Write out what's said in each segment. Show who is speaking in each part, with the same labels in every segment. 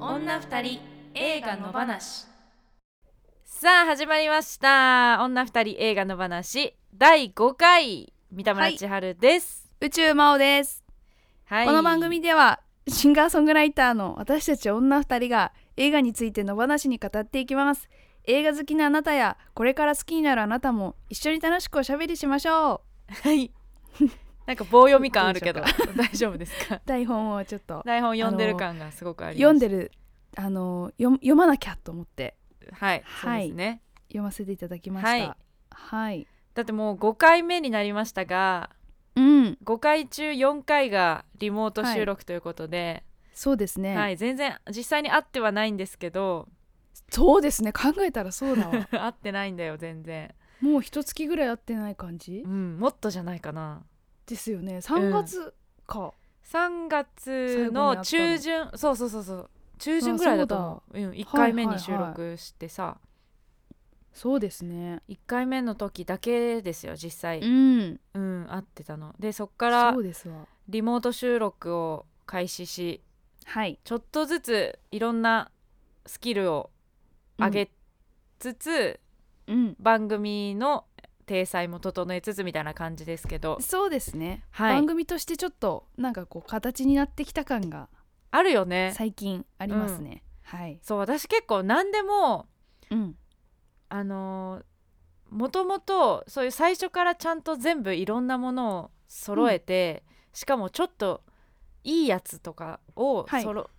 Speaker 1: 女二人映画の話
Speaker 2: さあ始まりました女二人映画の話第5回三田村千春です、
Speaker 3: 宇宙真央です、
Speaker 2: はい
Speaker 3: この番組ではシンガーソングライターの私たち女二人が映画についての話に語っていきます映画好きなあなたやこれから好きになるあなたも一緒に楽しくおしゃべりしましょ
Speaker 2: はい なんか棒読み感あるけど大丈夫ですか
Speaker 3: う台本をちょっと
Speaker 2: 台本読んでる感がすごくあります
Speaker 3: 読んでるあの読読まなきゃと思って
Speaker 2: はい、
Speaker 3: はい
Speaker 2: そうですね
Speaker 3: 読ませていただきました
Speaker 2: は
Speaker 3: はいい、
Speaker 2: だってもう5回目になりましたが
Speaker 3: うん
Speaker 2: 5回中4回がリモート収録ということで、
Speaker 3: そうです
Speaker 2: は
Speaker 3: ね、
Speaker 2: い全然実際に会ってはないんですけど
Speaker 3: そうですね考えたらそうだわ
Speaker 2: 会ってないんだよ全然、
Speaker 3: もう一月ぐらい会ってない感じ
Speaker 2: うん、もっとじゃないかな
Speaker 3: ですよね3月か、
Speaker 2: 3月の中旬そうそうそうそう中旬ぐらいだと思ううん、1回目に収録してさ、
Speaker 3: そうですね
Speaker 2: 1回目の時だけですよ実際、
Speaker 3: ん
Speaker 2: うん、会ってたのでそっから
Speaker 3: そうですわ
Speaker 2: リモート収録を開始し
Speaker 3: はい
Speaker 2: ちょっとずついろんなスキルを上げつつ、
Speaker 3: うん、
Speaker 2: 番組の体裁も整えつつみたいな感じですけど、
Speaker 3: そうですね、
Speaker 2: はい
Speaker 3: 番、組としてちょっとなんかこう形になってきた感が
Speaker 2: あるよね
Speaker 3: 最近ありますね、はい、
Speaker 2: そう私結構何でも
Speaker 3: うん、
Speaker 2: あのーもともとそういう最初からちゃんと全部いろんなものを揃えて、しかもちょっといいやつとかを
Speaker 3: はい
Speaker 2: そろ、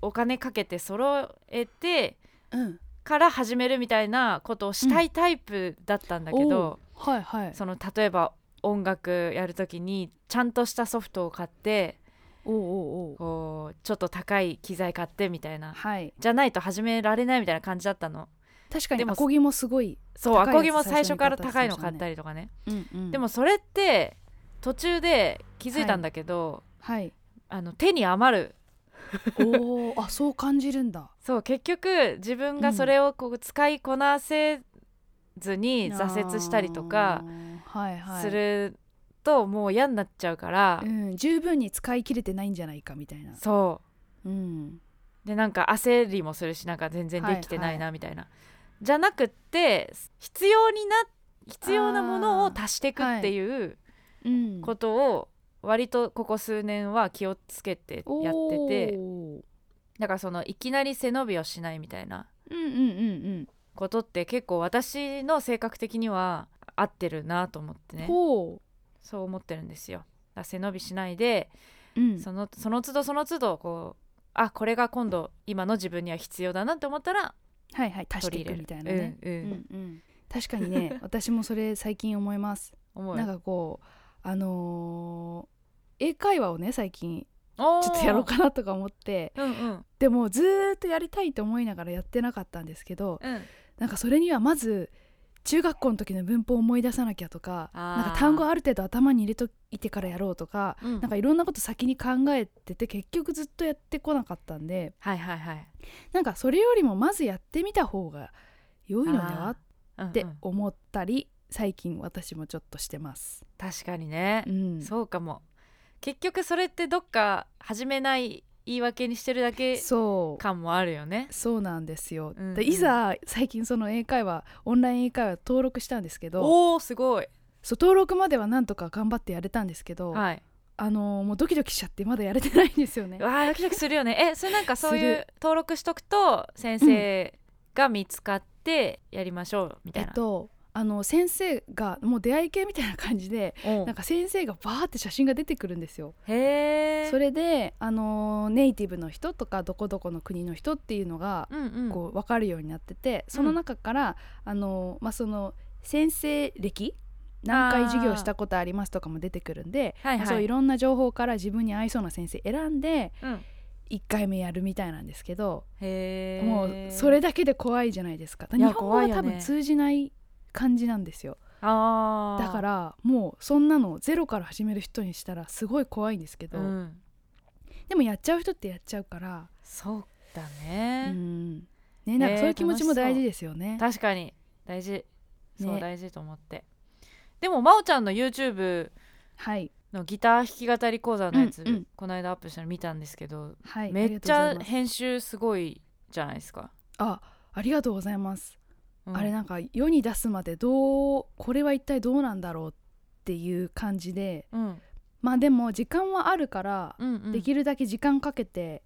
Speaker 2: お金かけて揃えて
Speaker 3: うん、
Speaker 2: から始めるみたいなことをしたいタイプだったんだけど、
Speaker 3: はいはい
Speaker 2: その例えば音楽やる時にちゃんとしたソフトを買って
Speaker 3: おうおうおう
Speaker 2: こうちょっと高い機材買ってみたいな
Speaker 3: はい
Speaker 2: じゃないと始められないみたいな感じだったの。
Speaker 3: 確か
Speaker 2: で
Speaker 3: に
Speaker 2: も
Speaker 3: アコギもすごい、
Speaker 2: そう
Speaker 3: 高
Speaker 2: ア
Speaker 3: いやつ
Speaker 2: コギも最
Speaker 3: 最
Speaker 2: 初か
Speaker 3: 初からら
Speaker 2: 高いの
Speaker 3: 買った
Speaker 2: 買っ
Speaker 3: りしました
Speaker 2: た
Speaker 3: ね
Speaker 2: りとかね。
Speaker 3: うんうん、
Speaker 2: でもそれって途中で気づいたんだけど、
Speaker 3: はい
Speaker 2: あの手に余る
Speaker 3: おおあそう感じるん だ
Speaker 2: そう結局自分がそれをこう使いこなせずに挫折したりとか
Speaker 3: あーはいはい
Speaker 2: するともう嫌になっちゃうから、
Speaker 3: うん、十分に使い切れてないんじゃないかみたいな
Speaker 2: そ
Speaker 3: うん
Speaker 2: うでなんか焦りもするしなんか全然できてない
Speaker 3: はい
Speaker 2: なみたいな、じゃなくって必要にな必要なものを足していくっていう
Speaker 3: うん
Speaker 2: ことを割とここ数年は気をつけてやってて。
Speaker 3: おー
Speaker 2: だからそのいきなり背伸びをしないみたいな
Speaker 3: うんうんうん
Speaker 2: ことって結構私の性格的には合ってるなと思って
Speaker 3: うん
Speaker 2: ね
Speaker 3: ほ
Speaker 2: そう思ってるんですよ。だから背伸びしないで、
Speaker 3: ううん
Speaker 2: そのその都度その都度こうあこれが今度今の自分には必要だなって思ったら
Speaker 3: はいはい足し
Speaker 2: 取
Speaker 3: て
Speaker 2: り
Speaker 3: い
Speaker 2: 入れ
Speaker 3: く
Speaker 2: る
Speaker 3: みたいなね、
Speaker 2: うんうん
Speaker 3: うんうん、確か にね私もそれ最近思います
Speaker 2: 思う
Speaker 3: なんかこうあのー英会話をね最近
Speaker 2: おー
Speaker 3: ちょっとやろうかなとか思って
Speaker 2: うんうん
Speaker 3: でもずーっとやりたいと思いながらやってなかったんですけど
Speaker 2: うん
Speaker 3: なんかそれにはまず中学校の時の文法を思い出さなきゃとか
Speaker 2: あー
Speaker 3: なんか単語ある程度頭に入れといてからやろうとか
Speaker 2: うん
Speaker 3: なんかいろんなこと先に考えてて結局ずっとやってこなかったんで
Speaker 2: はいはいはい
Speaker 3: なんかそれよりもまずやってみた方が良いのでは
Speaker 2: うん
Speaker 3: って
Speaker 2: うん
Speaker 3: 思ったり最近私もちょっとしてます。
Speaker 2: 確かにね
Speaker 3: う、ん、
Speaker 2: そうかも結局それってどっか始めない言い訳にしてるだけ
Speaker 3: そう
Speaker 2: 感もあるよね
Speaker 3: そうなんですよ。
Speaker 2: うんうん
Speaker 3: でいざ最近その英会話オンライン英会話登録したんですけど
Speaker 2: おおすごい
Speaker 3: そう登録まではなんとか頑張ってやれたんですけど、
Speaker 2: はい
Speaker 3: あのーもうドキドキしちゃってまだやれてないんですよね
Speaker 2: う。わードキドキするよねえそれなんかそうい
Speaker 3: す
Speaker 2: う登録しとくと先生が見つかってやりましょうみた
Speaker 3: え
Speaker 2: い
Speaker 3: っ
Speaker 2: な、
Speaker 3: とあの先生がもう出会い系みたいな感じで
Speaker 2: おう
Speaker 3: なんか先生がバーって写真が出てくるんですよ。
Speaker 2: へえ
Speaker 3: それであのーネイティブの人とかどこどこの国の人っていうのが
Speaker 2: うんうん
Speaker 3: こう分かるようになっててその中から、あのまあ、その先生歴何回授業したことありますとかも出てくるんで
Speaker 2: はいはい
Speaker 3: そういろんな情報から自分に合いそうな先生選んで
Speaker 2: うん
Speaker 3: 1回目やるみたいなんですけど、
Speaker 2: へえ
Speaker 3: もうそれだけで怖いじゃないですか
Speaker 2: い
Speaker 3: 日
Speaker 2: や
Speaker 3: 本語は多
Speaker 2: 怖いよ
Speaker 3: 分
Speaker 2: ね
Speaker 3: 通じない感じなんですよ
Speaker 2: あー
Speaker 3: だからもうそんなのゼロから始める人にしたらすごい怖いんですけど、
Speaker 2: うん
Speaker 3: でもやっちゃう人ってやっちゃうから、
Speaker 2: そうだ
Speaker 3: う
Speaker 2: ね、
Speaker 3: んね、なんかそういう気持ちも大事ですよね。
Speaker 2: 確かに大事そう
Speaker 3: ね
Speaker 2: 大事と思ってでも真央ちゃんの YouTube
Speaker 3: はい
Speaker 2: のギター弾き語り講座のやつ、
Speaker 3: うんうん
Speaker 2: この間アップしたの見たんですけど
Speaker 3: はい
Speaker 2: めっち
Speaker 3: あ
Speaker 2: ゃ
Speaker 3: りがとうございます
Speaker 2: 編集すごいじゃないですか、
Speaker 3: あありがとうございます、
Speaker 2: うん
Speaker 3: あれなんか世に出すまでどうこれは一体どうなんだろうっていう感じで
Speaker 2: うん
Speaker 3: まあでも時間はあるから、
Speaker 2: うんうん、
Speaker 3: できるだけ時間かけて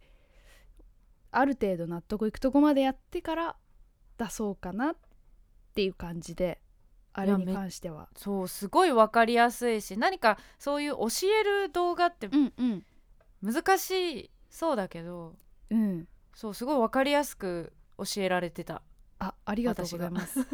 Speaker 3: ある程度納得いくとこまでやってから出そうかなっていう感じであれ
Speaker 2: や
Speaker 3: に
Speaker 2: め
Speaker 3: 関しては
Speaker 2: そうすごい分かりやすいし何かそういう教える動画って
Speaker 3: うんうん
Speaker 2: 難しそうだけど、
Speaker 3: うん
Speaker 2: そうすごい分かりやすく教えられてた
Speaker 3: あありがとうございます
Speaker 2: す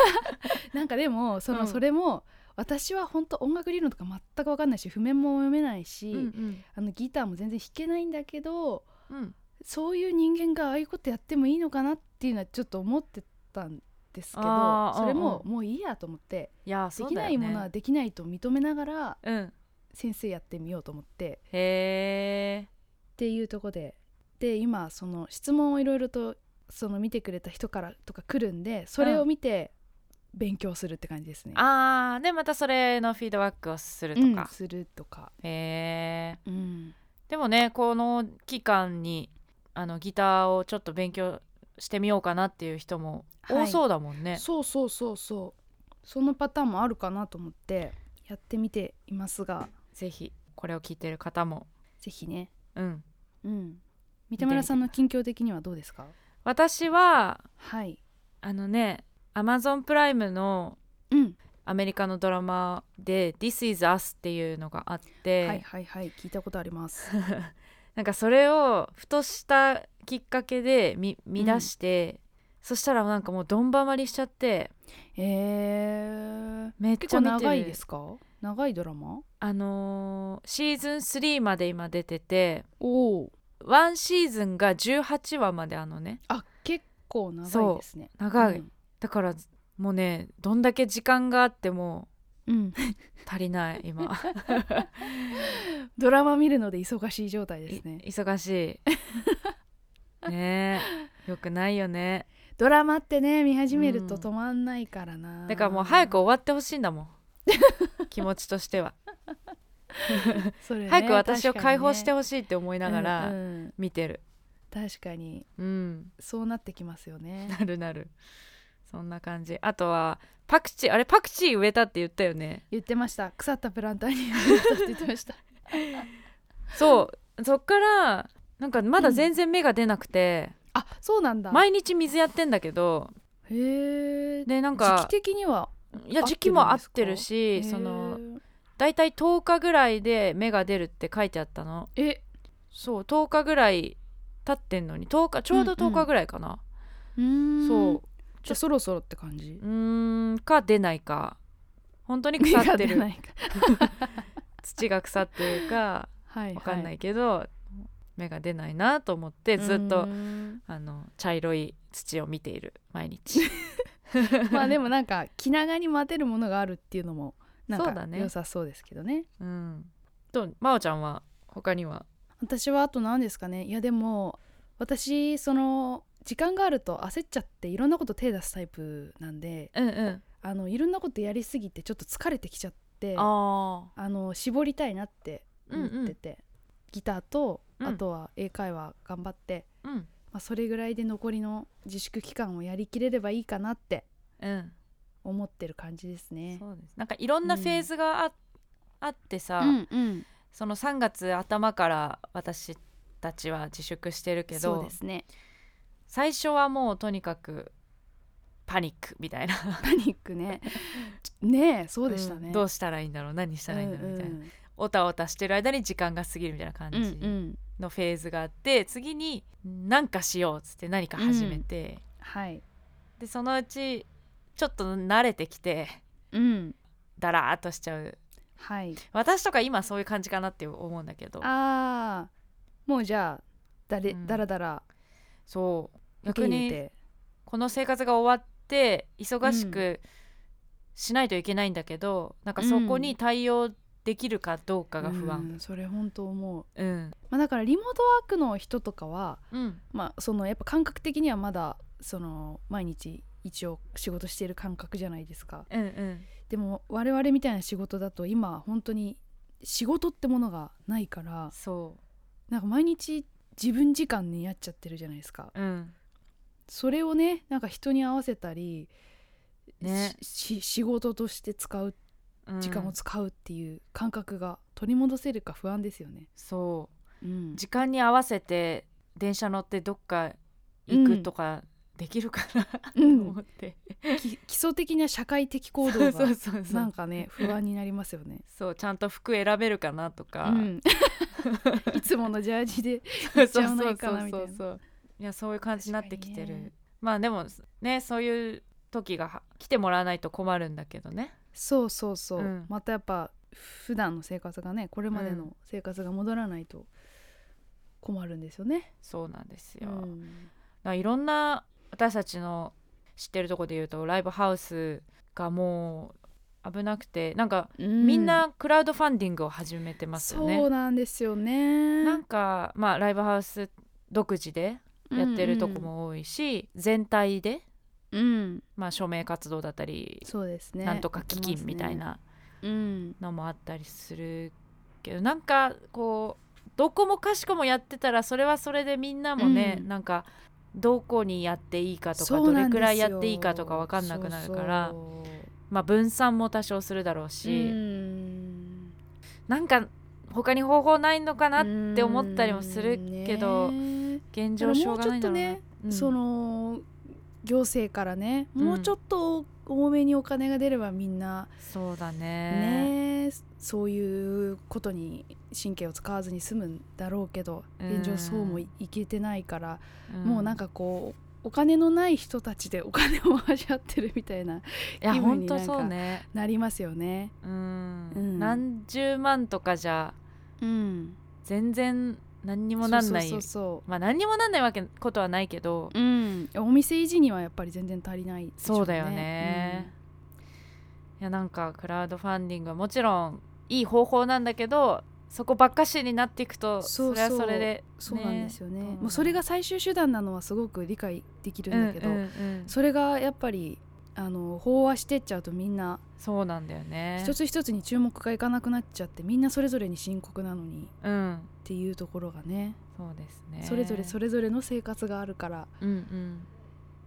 Speaker 3: なんかでもその、
Speaker 2: うん
Speaker 3: それも私は本当音楽理論とか全く分かんないし譜面も読めないし、
Speaker 2: うんうん
Speaker 3: あのギターも全然弾けないんだけど
Speaker 2: うん
Speaker 3: そういう人間がああいうことやってもいいのかなっていうのはちょっと思ってたんですけど
Speaker 2: あー
Speaker 3: それも
Speaker 2: うん
Speaker 3: もういいやと思って
Speaker 2: いや
Speaker 3: で
Speaker 2: そう
Speaker 3: きな
Speaker 2: だ
Speaker 3: い
Speaker 2: よ
Speaker 3: ものは
Speaker 2: ね
Speaker 3: できないと認めながら
Speaker 2: うん
Speaker 3: 先生やってみようと思って
Speaker 2: へえ
Speaker 3: っていうとこでで今その質問をいろいろとその見てくれた人からとか来るんでそれを見て勉強するって感じですね。
Speaker 2: あーでまたそれのフィードバックをすると
Speaker 3: うん
Speaker 2: か、
Speaker 3: するとか、
Speaker 2: へえ
Speaker 3: うん、
Speaker 2: でもねこの期間にあのギターをちょっと勉強してみようかなっていう人も
Speaker 3: はい
Speaker 2: 多そうだもんね、
Speaker 3: そうそうそうそうそのパターンもあるかなと思ってやってみていますが
Speaker 2: ぜひこれを聞いてる方も
Speaker 3: ぜひね
Speaker 2: うん
Speaker 3: うん三田村さんの近況的にはどうですか
Speaker 2: 私は
Speaker 3: はい
Speaker 2: あのねアマゾンプライムの
Speaker 3: うん、
Speaker 2: アメリカのドラマで「This is Us」っていうのがあって、
Speaker 3: はいはいはい聞いたことあり ます
Speaker 2: なんかそれをふとしたきっかけで見見出して、そしたらなんかもうどんばまりしちゃって
Speaker 3: えー、
Speaker 2: めっち
Speaker 3: 結
Speaker 2: ゃ
Speaker 3: 構
Speaker 2: 見てる
Speaker 3: 長いですか長いドラマ
Speaker 2: あのーシーズン3まで今出てて
Speaker 3: おお
Speaker 2: 1シーズンが18話まであのね
Speaker 3: あ結構長いですね
Speaker 2: 長い、
Speaker 3: うん
Speaker 2: だからもうねどんだけ時間があっても
Speaker 3: うん、
Speaker 2: 足りない今
Speaker 3: ドラマ見るので忙しい状態
Speaker 2: い
Speaker 3: ですね
Speaker 2: 忙し いねえよくないよね
Speaker 3: ドラマってね見始めると
Speaker 2: うん
Speaker 3: 止まんないからな、
Speaker 2: だからもう早く終わってほしいん だもん気持ちとしては、
Speaker 3: それね
Speaker 2: 早く私を
Speaker 3: 確か
Speaker 2: 解
Speaker 3: にね
Speaker 2: 放してほしいって思いなが
Speaker 3: うん
Speaker 2: ら
Speaker 3: うん
Speaker 2: 見てる
Speaker 3: 確かに
Speaker 2: うん
Speaker 3: そうなってきますよね
Speaker 2: なるなるそんな感じあとはパクチーあれパクチー植えたって言ったよね
Speaker 3: 言ってました腐ったプランターに植えたって言ってました
Speaker 2: そうそっからなんかまだ全然芽が出なくて、
Speaker 3: あそうなんだ
Speaker 2: 毎日水やってんだけど
Speaker 3: へえ
Speaker 2: でなん
Speaker 3: 時
Speaker 2: か
Speaker 3: 期的にはい
Speaker 2: や
Speaker 3: 合ってるんですか
Speaker 2: 時期も合ってる
Speaker 3: へ
Speaker 2: し
Speaker 3: ー
Speaker 2: そのだいたい10日ぐらいで芽が出るって書いてあったの
Speaker 3: え
Speaker 2: そう10日ぐらい経ってんのに10日ちょうど
Speaker 3: うんう
Speaker 2: 10
Speaker 3: ん
Speaker 2: 日ぐらいかな、
Speaker 3: うーん
Speaker 2: そう
Speaker 3: じゃあそろそろって感じ
Speaker 2: うーんか出ないか本当に腐って
Speaker 3: 芽が出な
Speaker 2: る
Speaker 3: いか
Speaker 2: 土が腐ってるか
Speaker 3: はい
Speaker 2: わかんないいけど、芽が出ないなと思ってずっ
Speaker 3: う
Speaker 2: と
Speaker 3: ーん
Speaker 2: あの茶色い土を見ている毎 日
Speaker 3: まあでもなんか気長に待てるものがあるっていうのもなん
Speaker 2: そうだ
Speaker 3: か
Speaker 2: ね
Speaker 3: 良さそうですけどね
Speaker 2: うんとまおちゃんは他には
Speaker 3: 私はあと何ですかねいやでも私その時間があると焦っちゃっていろんなこと手出すタイプなんで
Speaker 2: うんうん
Speaker 3: あのいろんなことやりすぎてちょっと疲れてきちゃってあ
Speaker 2: あ
Speaker 3: の絞りたいなって思ってて、ギターと
Speaker 2: うん
Speaker 3: あとは英会話頑張って、
Speaker 2: あうん
Speaker 3: まあ、それぐらいで残りの自粛期間をやりきれればいいかなって
Speaker 2: うん
Speaker 3: 思ってる感じですね。
Speaker 2: そうですなんかいろんなフェーズがあ,、あってさ、
Speaker 3: うんうん、
Speaker 2: その3月頭から私たちは自粛してるけ
Speaker 3: そう
Speaker 2: ど
Speaker 3: です ね
Speaker 2: 最初はもうとにかくパニックみたいな
Speaker 3: パニックねねえそうでしたね。
Speaker 2: んどうしたらいいんだろう何したらいいんだろうみたいな、
Speaker 3: うん
Speaker 2: おたおたしてる間に時間が過ぎるみたいな感じ、
Speaker 3: うんうんうん
Speaker 2: のフェーズがあって次に何かしようっつって何か始めて、
Speaker 3: はい、
Speaker 2: でそのうちちょっと慣れてきて
Speaker 3: うん
Speaker 2: だらーっとしちゃう
Speaker 3: はい、
Speaker 2: 私とか今そういう感じかなって思うんだけど
Speaker 3: ああもうじゃあだれ、
Speaker 2: うん
Speaker 3: だらだら
Speaker 2: そう
Speaker 3: 受け
Speaker 2: 逆
Speaker 3: 入
Speaker 2: に
Speaker 3: れて
Speaker 2: この生活が終わって忙しくしないといけないんだけど、なんかそこに対応できるかどうかが不
Speaker 3: う
Speaker 2: 安
Speaker 3: んそれ本当思う、
Speaker 2: うん
Speaker 3: まあ、だからリモートワークの人とかは
Speaker 2: うん
Speaker 3: まあそのやっぱ感覚的にはまだその毎日一応仕事している感覚じゃないですか
Speaker 2: うんうん
Speaker 3: でも我々みたいな仕事だと今本当に仕事ってものがないから
Speaker 2: そ
Speaker 3: なんか毎日自分時間になっちゃってるじゃないですか
Speaker 2: ううん
Speaker 3: それをねなんか人に合わせたり、
Speaker 2: ね
Speaker 3: しし仕事として使う
Speaker 2: うん
Speaker 3: 時間を使うっていう感覚が取り戻せるか不安ですよね、
Speaker 2: そう
Speaker 3: うん
Speaker 2: 時間に合わせて電車乗ってどっか行くとかできるかな、
Speaker 3: う
Speaker 2: と
Speaker 3: ん
Speaker 2: 思って
Speaker 3: き基礎的な社会的行
Speaker 2: そ
Speaker 3: 動
Speaker 2: うそう
Speaker 3: が
Speaker 2: そうそ
Speaker 3: なん
Speaker 2: う
Speaker 3: かね不安になりますよね
Speaker 2: そうちゃんと服選べるかなと
Speaker 3: う
Speaker 2: か、
Speaker 3: ん いつものジャージで
Speaker 2: そう
Speaker 3: ちゃわないかなみたいな
Speaker 2: そうそうそういやそういう感じになってきて
Speaker 3: 確か
Speaker 2: る、
Speaker 3: にね
Speaker 2: まあでもねそういう時がは来てもらわないと困るんだけどね
Speaker 3: そうそうそう、
Speaker 2: うん
Speaker 3: またやっぱ普段の生活がねこれまで
Speaker 2: う
Speaker 3: の生活が戻らないと困るんですよね、
Speaker 2: そうなんです
Speaker 3: う
Speaker 2: よ、だか
Speaker 3: ん、
Speaker 2: らいろんな私たちの知ってるとこで言うとライブハウスがもう危なくてなんかみ
Speaker 3: み
Speaker 2: んなクラウドファンディングを始めてますよね、
Speaker 3: そうなんですよね
Speaker 2: なんかまあライブハウス独自でやってるとこも多いし、全体で
Speaker 3: うん、うん
Speaker 2: まあ署名活動だったり、
Speaker 3: そうですね
Speaker 2: なんとか基金みたい、な
Speaker 3: うん
Speaker 2: のもあったりするけどなんかこうどこもかしこもやってたらそれはそれでみんなもね、
Speaker 3: うん
Speaker 2: なんかどこにやっていいかとか
Speaker 3: そう
Speaker 2: ど
Speaker 3: な
Speaker 2: れ
Speaker 3: んです
Speaker 2: く
Speaker 3: よ
Speaker 2: らいやっていいかとか分かんなくなるから
Speaker 3: そうそう
Speaker 2: まあ分散も多少するだろう
Speaker 3: う
Speaker 2: し、
Speaker 3: ん
Speaker 2: なんか他に方法ないのかなって思ったりもするけど
Speaker 3: うんね
Speaker 2: 現状しょうがないんだろうな
Speaker 3: だからもうち
Speaker 2: う
Speaker 3: ょ
Speaker 2: ん
Speaker 3: その行政からね、
Speaker 2: うん
Speaker 3: もうちょっと多めにお金が出ればみんな
Speaker 2: そうだね
Speaker 3: ねそういうことに神経を使わずに済むんだろうけど現
Speaker 2: う
Speaker 3: 状
Speaker 2: ん
Speaker 3: そうもいけてないから、
Speaker 2: ん
Speaker 3: もうなんかこうお金のない人たちでお金を回し合ってるみたいない
Speaker 2: や
Speaker 3: 気分
Speaker 2: 本
Speaker 3: に
Speaker 2: 当
Speaker 3: なんか
Speaker 2: そうね
Speaker 3: なりますよね。
Speaker 2: うん、
Speaker 3: うん
Speaker 2: 何十万とかじゃ
Speaker 3: うん、
Speaker 2: 全然何にもなんない
Speaker 3: そうそうそう
Speaker 2: まあ何にもなんないわけことはないけど、
Speaker 3: そう、うん、お店維持にはやっぱり全然足りないでしょ
Speaker 2: そうだよね、いやなんかクラウドファンディングはもちろんいい方法なんだけどそこばっかしになっていくと
Speaker 3: そ
Speaker 2: そうれは
Speaker 3: そう
Speaker 2: それで
Speaker 3: そうなんですよね
Speaker 2: うん
Speaker 3: もうそれが最終手段なのはすごく理解できるんだけど、
Speaker 2: うんうんうんそ
Speaker 3: それがやっぱりあの飽和してっちゃうとみんな
Speaker 2: うなんだよね
Speaker 3: 一つ一つに注目がいかなくなっちゃってみんなそれぞれに深刻なのに
Speaker 2: うん
Speaker 3: っていうところがね
Speaker 2: そうですね
Speaker 3: それぞれそ
Speaker 2: れ
Speaker 3: れぞれの生活があるから
Speaker 2: うんうん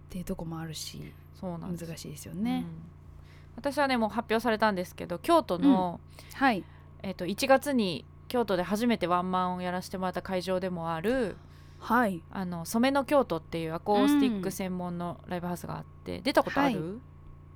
Speaker 3: っていうとこもあるし
Speaker 2: そうなん
Speaker 3: 難
Speaker 2: です
Speaker 3: しいですよね
Speaker 2: う。ん私はねもう発表されたんですけど京都の、
Speaker 3: はい、
Speaker 2: えっと1月に京都で初めてワンマンをやらせてもらった会場でもある
Speaker 3: はい、
Speaker 2: あの染めの京都っていうアコースティック専門のライブハウスがあって、出たことある、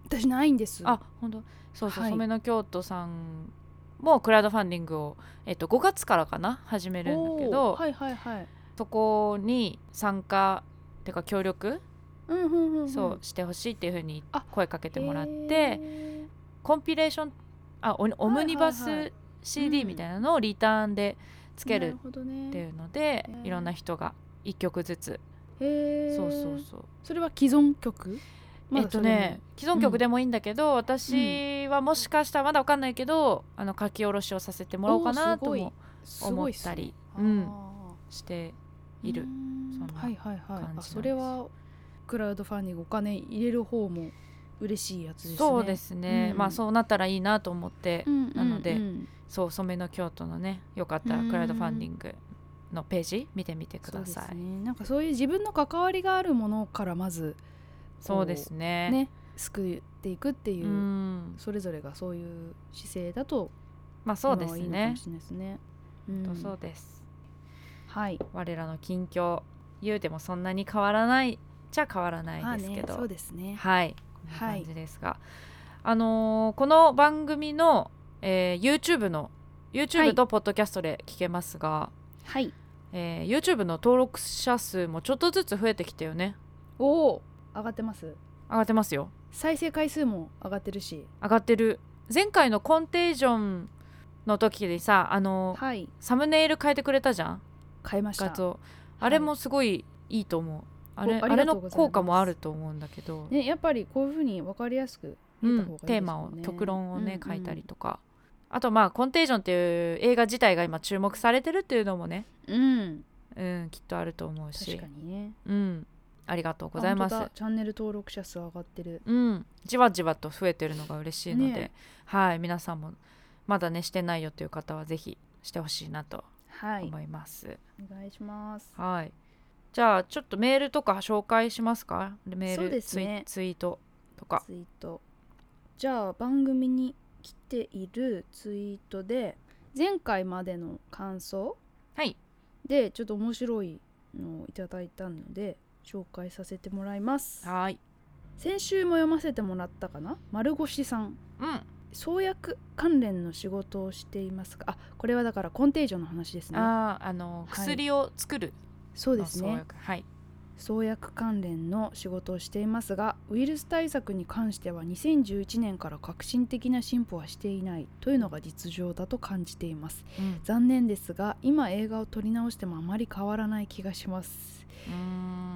Speaker 3: 私ないんです。
Speaker 2: あ本当そうそう、
Speaker 3: はい
Speaker 2: 染めの京都さんもクラウドファンディングを、えっと5月からかな始めるんだけど、
Speaker 3: おーはいはいはい。
Speaker 2: そこに参加っていうか協力、
Speaker 3: うんうんうんうん。
Speaker 2: そうしてほしいっていうふうに
Speaker 3: あ
Speaker 2: 声かけてもらって。
Speaker 3: へー
Speaker 2: コンピレーションあオニオムニバ
Speaker 3: はいはいは
Speaker 2: ス
Speaker 3: い
Speaker 2: CD みたいなのをリターンでつけ
Speaker 3: な
Speaker 2: る
Speaker 3: るほど
Speaker 2: ってい
Speaker 3: ね。
Speaker 2: うので、
Speaker 3: うん
Speaker 2: いろんな人が1曲ずつ、
Speaker 3: へー
Speaker 2: そうそうそう、
Speaker 3: それは既存曲？ま
Speaker 2: えっ
Speaker 3: だそ
Speaker 2: と
Speaker 3: れも
Speaker 2: ね。既存曲でもいいんだけど、私はもしかしたらまだわかんないけどあの書き下ろしをさせてもらおうかな
Speaker 3: おーす
Speaker 2: と
Speaker 3: ごい
Speaker 2: も
Speaker 3: す
Speaker 2: 思
Speaker 3: ご
Speaker 2: っ
Speaker 3: い
Speaker 2: たり
Speaker 3: すね
Speaker 2: うん
Speaker 3: あ
Speaker 2: して
Speaker 3: ー
Speaker 2: いる
Speaker 3: うーん
Speaker 2: そんな
Speaker 3: はいはいはい
Speaker 2: 感じなん
Speaker 3: あ
Speaker 2: です
Speaker 3: それはクラウドファンディングお金入れる方も嬉しいやつですね
Speaker 2: そうですね、
Speaker 3: うん
Speaker 2: まあそうなったらいいなと思って、
Speaker 3: うんうんうん
Speaker 2: なのでそう染めの京都のねよかったらクラウドファンディングのページ見てみてく
Speaker 3: そ
Speaker 2: だ
Speaker 3: うです
Speaker 2: さい、
Speaker 3: ねなんかそういう自分の関わりがあるものからまず
Speaker 2: そうですね
Speaker 3: ね救っていくっていうう、
Speaker 2: ん
Speaker 3: それぞれがそういう姿勢だと
Speaker 2: まあそうです
Speaker 3: 今はいいのか
Speaker 2: ね
Speaker 3: もしれないですねうん
Speaker 2: そうです
Speaker 3: はい
Speaker 2: 我らの近況言うてもそんなに変わらないじゃ変わら
Speaker 3: ま
Speaker 2: な
Speaker 3: あ
Speaker 2: いですけ
Speaker 3: ね
Speaker 2: ど、
Speaker 3: そうですね
Speaker 2: はいこんな
Speaker 3: はい
Speaker 2: 感じですが、あのーこの番組の、えー YouTube の
Speaker 3: はい
Speaker 2: YouTube とポッドキャストで聞けますが、
Speaker 3: はい
Speaker 2: えー YouTube の登録者数もちょっとずつ増えてきたよね
Speaker 3: おお上がってます
Speaker 2: 上がってますよ
Speaker 3: 再生回数も上がってるし
Speaker 2: 上がってる前回のコンテージョンの時にさあのー
Speaker 3: はい
Speaker 2: サムネイル変えてくれたじゃん
Speaker 3: 変えました
Speaker 2: 画像あれもすごいいいと思う。あれ
Speaker 3: おあ
Speaker 2: あ
Speaker 3: り
Speaker 2: れ
Speaker 3: がと
Speaker 2: の
Speaker 3: うございます
Speaker 2: 効果もあると思うんだけど、
Speaker 3: ね、やっぱりこういうふうに分かりやすく
Speaker 2: う
Speaker 3: 見
Speaker 2: ん
Speaker 3: た方がいいです
Speaker 2: テ
Speaker 3: よね、
Speaker 2: ーマを極論をね、
Speaker 3: うんうん
Speaker 2: 書いたりとかあとまあ「コンテージョン」っていう映画自体が今注目されてるっていうのもね、
Speaker 3: うん
Speaker 2: うん、きっとあると思うし
Speaker 3: 確かにね
Speaker 2: うん、ありがとうございます
Speaker 3: あ本当だ。チャンネル登録者数上がってる
Speaker 2: うん、じわじわと増えてるのが嬉しいので、
Speaker 3: ね
Speaker 2: はい皆さんもまだねしてないよという方はぜひしてほしいなと
Speaker 3: はい
Speaker 2: 思います。
Speaker 3: お願いします
Speaker 2: はい。じゃあちょっとメールとか紹介しますか？メール、
Speaker 3: そうですね
Speaker 2: ツイツイートとか。
Speaker 3: ツイートじゃあ番組に来ているツイートで前回までの感想
Speaker 2: はい。
Speaker 3: でちょっと面白いのをいただいたので紹介させてもらいます
Speaker 2: はい。
Speaker 3: 先週も読ませてもらったかな丸越さん
Speaker 2: うん。
Speaker 3: 創薬関連の仕事をしていますがあこれはだからコンテージョンの話ですね
Speaker 2: あああの
Speaker 3: はい
Speaker 2: 薬を作る
Speaker 3: そう
Speaker 2: の
Speaker 3: です
Speaker 2: 創
Speaker 3: ね
Speaker 2: 薬、はい。
Speaker 3: 創薬関連の仕事をしていますがウイルス対策に関しては2011年から革新的な進歩はしていないというのが実情だと感じています
Speaker 2: うん。
Speaker 3: 残念ですが今映画を撮り直してもあまり変わらない気がします、
Speaker 2: うー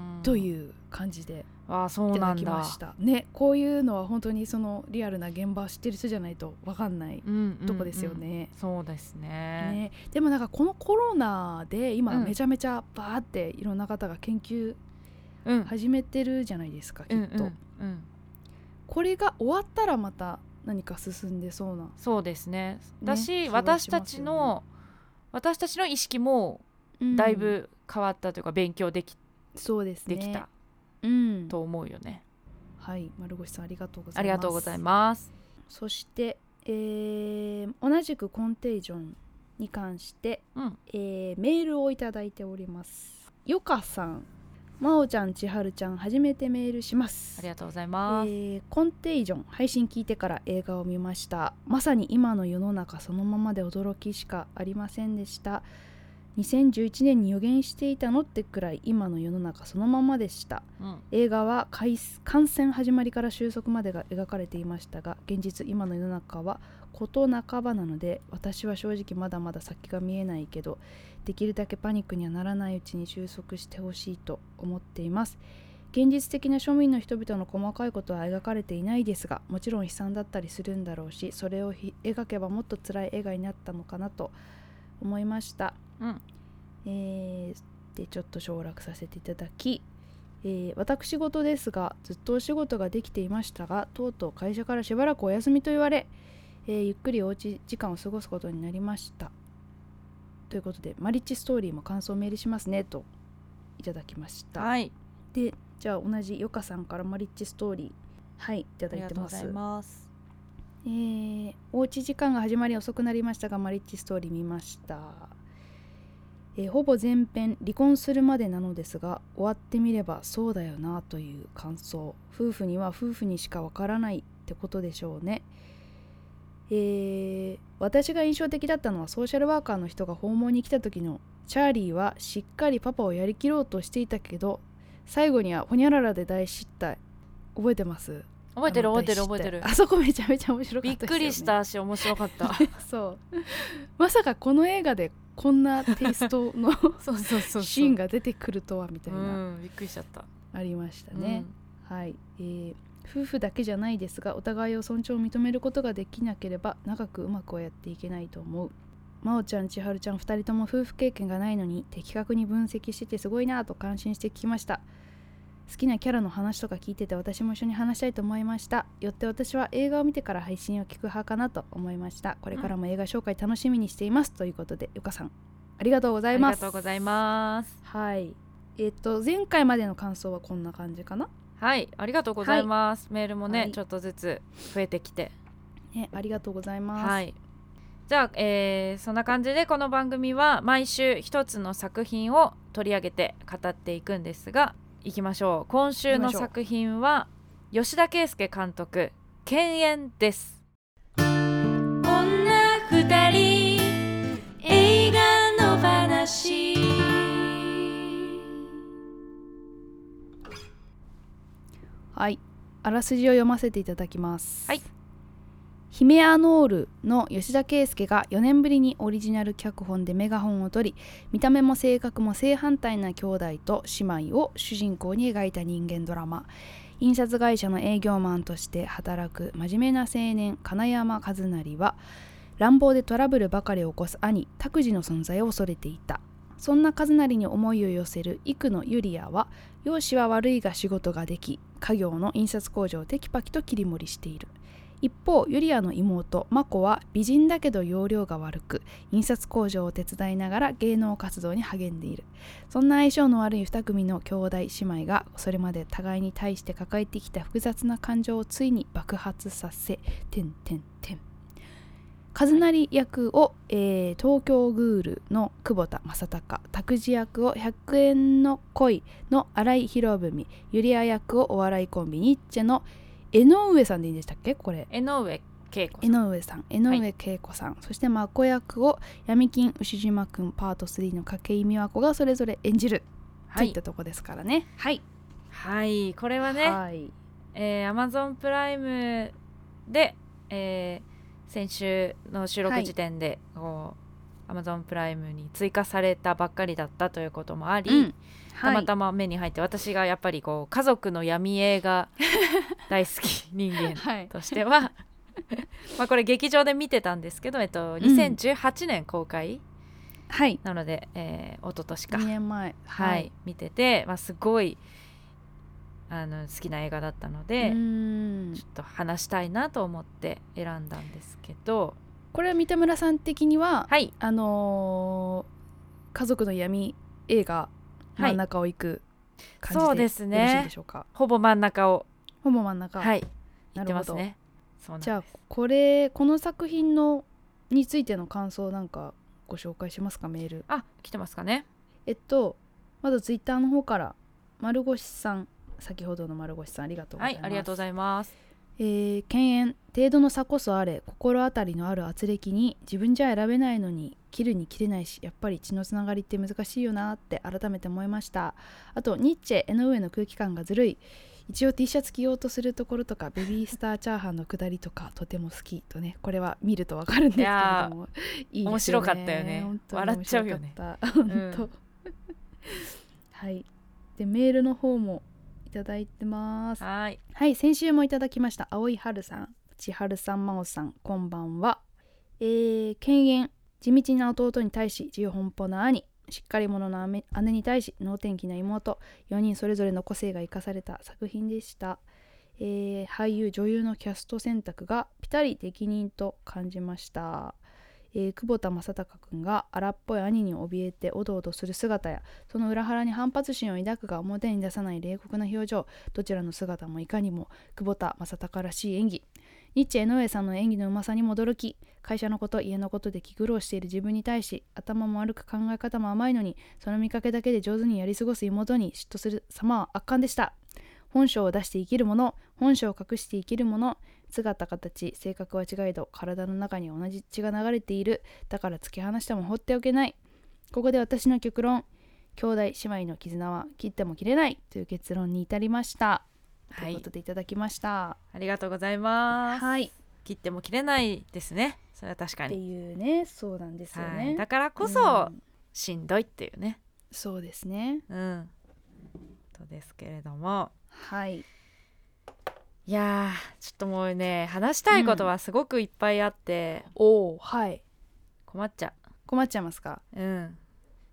Speaker 2: ん
Speaker 3: という感じで
Speaker 2: ああそ
Speaker 3: いうた
Speaker 2: な
Speaker 3: だ
Speaker 2: ん
Speaker 3: き
Speaker 2: だ
Speaker 3: まし。たねこういうのは本当にそのリアルな現場を知ってる人じゃないとわかんない
Speaker 2: うんうんうん
Speaker 3: とこですよ。ね、
Speaker 2: そうですね。
Speaker 3: ね、でもなんかこのコロナで今
Speaker 2: うん
Speaker 3: めちゃめちゃバーっていろんな方が研究
Speaker 2: うん。
Speaker 3: 始めてるじゃないですか、
Speaker 2: うん
Speaker 3: きっと、
Speaker 2: うんうん。
Speaker 3: これが終わったらまた何か進んでそうな、
Speaker 2: そうですね。だし
Speaker 3: 気が
Speaker 2: 私
Speaker 3: したます
Speaker 2: ち
Speaker 3: よね
Speaker 2: の私たちの意識もだいぶ変わったというか勉強でき
Speaker 3: そうですね
Speaker 2: できた
Speaker 3: うん
Speaker 2: と思うよね。
Speaker 3: はい丸越さんありがとうございます
Speaker 2: ありがとうございます。
Speaker 3: そして、えー同じくコンテージョンに関して、
Speaker 2: うん
Speaker 3: えーメールをいただいておりますよかさんまおちゃんちはるちゃん初めてメールします
Speaker 2: ありがとうございます。
Speaker 3: えーコンテージョン配信聞いてから映画を見ましたまさに今の世の中そのままで驚きしかありませんでした2011年に予言していたのってくらい今の世の中そのままでした
Speaker 2: うん。
Speaker 3: 映画は開始感染始まりから収束までが描かれていましたが現実今の世の中はこと半ばなので私は正直まだまだ先が見えないけどできるだけパニックにはならないうちに収束してほしいと思っています現実的な庶民の人々の細かいことは描かれていないですがもちろん悲惨だったりするんだろうしそれをひ描けばもっと辛い映画になったのかなと思いました、
Speaker 2: うん
Speaker 3: えーでちょっと省略させていただきえー私事ですがずっとお仕事ができていましたがとうとう会社からしばらくお休みと言われ、えーゆっくりおうち時間を過ごすことになりましたということでマリッチストーリーも感想をメールしますねといただきました、
Speaker 2: はい。
Speaker 3: でじゃあ同じヨカさんからマリッチストーリーはいいた
Speaker 2: あ
Speaker 3: だ
Speaker 2: り
Speaker 3: い
Speaker 2: が
Speaker 3: て
Speaker 2: とうご
Speaker 3: ま
Speaker 2: ざ
Speaker 3: す
Speaker 2: います。
Speaker 3: えーおうち時間が始まり遅くなりましたがマリッチストーリー見ました、えーほぼ全編離婚するまでなのですが終わってみればそうだよなという感想夫婦には夫婦にしかわからないってことでしょうねえー私が印象的だったのはソーシャルワーカーの人が訪問に来た時のチャーリーはしっかりパパをやりきろうとしていたけど最後にはほにゃららで大失態覚えてます
Speaker 2: 覚えてる
Speaker 3: あの
Speaker 2: 覚えてる
Speaker 3: 大失
Speaker 2: 覚えて
Speaker 3: 態
Speaker 2: る。
Speaker 3: あそこめちゃめちゃ面白か
Speaker 2: び
Speaker 3: っ
Speaker 2: った
Speaker 3: ですよね
Speaker 2: くりしたし面白かった。
Speaker 3: そうまさかこの映画でこんなテイストの
Speaker 2: そうそうそ
Speaker 3: シーンが出てくるとはみたいな、
Speaker 2: うんびっくりしちゃった。
Speaker 3: ありましたね、はい、えー夫婦だけじゃないですがお互いを尊重を認めることができなければ長くうまくはやっていけないと思う真央ちゃん千春ちゃん2人とも夫婦経験がないのに的確に分析しててすごいなぁと感心して聞きました好きなキャラの話とか聞いてて私も一緒に話したいと思いましたよって私は映画を見てから配信を聞く派かなと思いましたこれからも映画紹介楽しみにしています、ということでゆかさんありがとうござ
Speaker 2: あ
Speaker 3: い
Speaker 2: り
Speaker 3: ま
Speaker 2: が
Speaker 3: す
Speaker 2: とうございます。
Speaker 3: はいえっ、と前回までの感想はこんな感じかな
Speaker 2: はい、ありがとうございます。メールもね、
Speaker 3: はい
Speaker 2: ちょっとずつ増えてきて。
Speaker 3: ね、ありがとうございます。
Speaker 2: はい。じゃあ、えーそんな感じでこの番組は毎週一つの作品を取り上げて語っていくんですが、いきましょう。今週の作品は吉田圭佑監督、犬猿です。
Speaker 1: 女二人映画の話
Speaker 3: はいあらすじを読ませていただきます。
Speaker 2: はい。
Speaker 3: ヒメアノールの吉田圭介が4年ぶりにオリジナル脚本でメガホンを取り見た目も性格も正反対な兄弟と姉妹を主人公に描いた人間ドラマ印刷会社の営業マンとして働く真面目な青年金山和成は乱暴でトラブルばかりを起こす兄拓司の存在を恐れていたそんな和成に思いを寄せる幾野ユリアは容姿は悪いが仕事ができ家業の印刷工場をテキパキと切り盛りしている一方ユリアの妹マコは美人だけど容量が悪く印刷工場を手伝いながら芸能活動に励んでいるそんな相性の悪い2組の兄弟姉妹がそれまで互いに対して抱えてきた複雑な感情をついに爆発させてんてんてんカズナリ役を、えー東京グールの久保田正孝拓司役を100円の恋の新井博文ユリア役をお笑いコンビニッチェの江上さんでいいんでしたっけこれ
Speaker 2: 江上恵子さ
Speaker 3: 江
Speaker 2: ん
Speaker 3: 上さん江上恵子さん、そして真子役を闇金牛島くんパート3の筧美和子がそれぞれ演じる、
Speaker 2: は
Speaker 3: とい
Speaker 2: い
Speaker 3: っ、たとこですからねはい
Speaker 2: はい、これはね、
Speaker 3: はい
Speaker 2: えー、Amazon プライムで、えー先週の収
Speaker 3: は
Speaker 2: 録
Speaker 3: い
Speaker 2: 時点で、こう Amazon プライムに追加されたばっかりだったということもあり、
Speaker 3: うん
Speaker 2: た
Speaker 3: はい
Speaker 2: またま目に入って私がやっぱりこう家族の闇映 画大好き人間
Speaker 3: はい
Speaker 2: としては まあこれ劇場で見てたんですけど、えっと、
Speaker 3: ん
Speaker 2: 2018年公開
Speaker 3: はい
Speaker 2: なので、えー、一昨年か、
Speaker 3: 2年前
Speaker 2: はい見てて、まあ、すごいあの好きな映画だったの
Speaker 3: う
Speaker 2: で。
Speaker 3: ーん
Speaker 2: ちょっと話したいなと思って選んだんですけど
Speaker 3: これは三田村さん的には、
Speaker 2: はい
Speaker 3: あのー家族の闇映画
Speaker 2: はい
Speaker 3: 真ん中を行く感じで、
Speaker 2: そうですね
Speaker 3: よろしいでしょうか
Speaker 2: ほぼ真ん中を
Speaker 3: ほぼ真ん中、
Speaker 2: はい言
Speaker 3: な
Speaker 2: って
Speaker 3: るほ
Speaker 2: ます
Speaker 3: ど
Speaker 2: ねそうなんです
Speaker 3: じゃあこれこの作品のについての感想なんかご紹介しますかメール
Speaker 2: あ来てますかね
Speaker 3: えっとまずツイッターの方から丸越さん先ほどの丸越さんありがとうござ
Speaker 2: はいい
Speaker 3: ます、
Speaker 2: ありがとうございます
Speaker 3: えー犬猿程度の差こそあれ心当たりのある圧力に自分じゃ選べないのに切るに切れないしやっぱり血のつながりって難しいよなって改めて思いましたあとニッチェ江上の空気感がずるい一応 T シャツ着ようとするところとかベビースターチャーハンのくだりとかとても好きとねこれは見るとわかるんですけれどもいいですよね
Speaker 2: 面白かったよね
Speaker 3: 本当に
Speaker 2: 笑っちゃうよね
Speaker 3: 面白かった本当、
Speaker 2: うん
Speaker 3: はいでメールの方もいただいてます
Speaker 2: はい
Speaker 3: はい、先週もいただきました。青い春さん、千春さん、真央さん、こんばんは。えー、犬猿、地道な弟に対し、自由奔放な兄、しっかり者の姉姉に対し、能天気な妹、4人それぞれの個性が生かされた作品でした。えー俳優女優のキャスト選択がぴたり適任と感じました、えー久保田正孝君が荒っぽい兄に怯えておどおどする姿やその裏腹に反発心を抱くが表に出さない冷酷な表情どちらの姿もいかにも久保田正孝らしい演技ニッチェ江上さんの演技のうまさにも驚き会社のこと家のことで気苦労している自分に対し頭も悪く考え方も甘いのにその見かけだけで上手にやり過ごす妹に嫉妬する様は圧巻でした本性を出して生きるもの本性を隠して生きるもの姿形性格は違いど体の中に同じ血が流れているだから突き放しても放っておけないここで私の極論兄弟姉妹の絆は切っても切れないという結論に至りました、
Speaker 2: は
Speaker 3: という
Speaker 2: い
Speaker 3: ことでいただきました
Speaker 2: ありがとうございます
Speaker 3: はい
Speaker 2: 切っても切れないですねそれは確か
Speaker 3: って
Speaker 2: に、
Speaker 3: いうねそうなんですよ
Speaker 2: は
Speaker 3: ね、
Speaker 2: い、だからこそ、
Speaker 3: うん
Speaker 2: しんどいっていうね
Speaker 3: そうですね
Speaker 2: うんことですけれども
Speaker 3: はい
Speaker 2: いやーちょっともうね話したいことはすごくいっぱいあって、
Speaker 3: おおはい
Speaker 2: 困っちゃ
Speaker 3: 困っちゃいますか
Speaker 2: ううん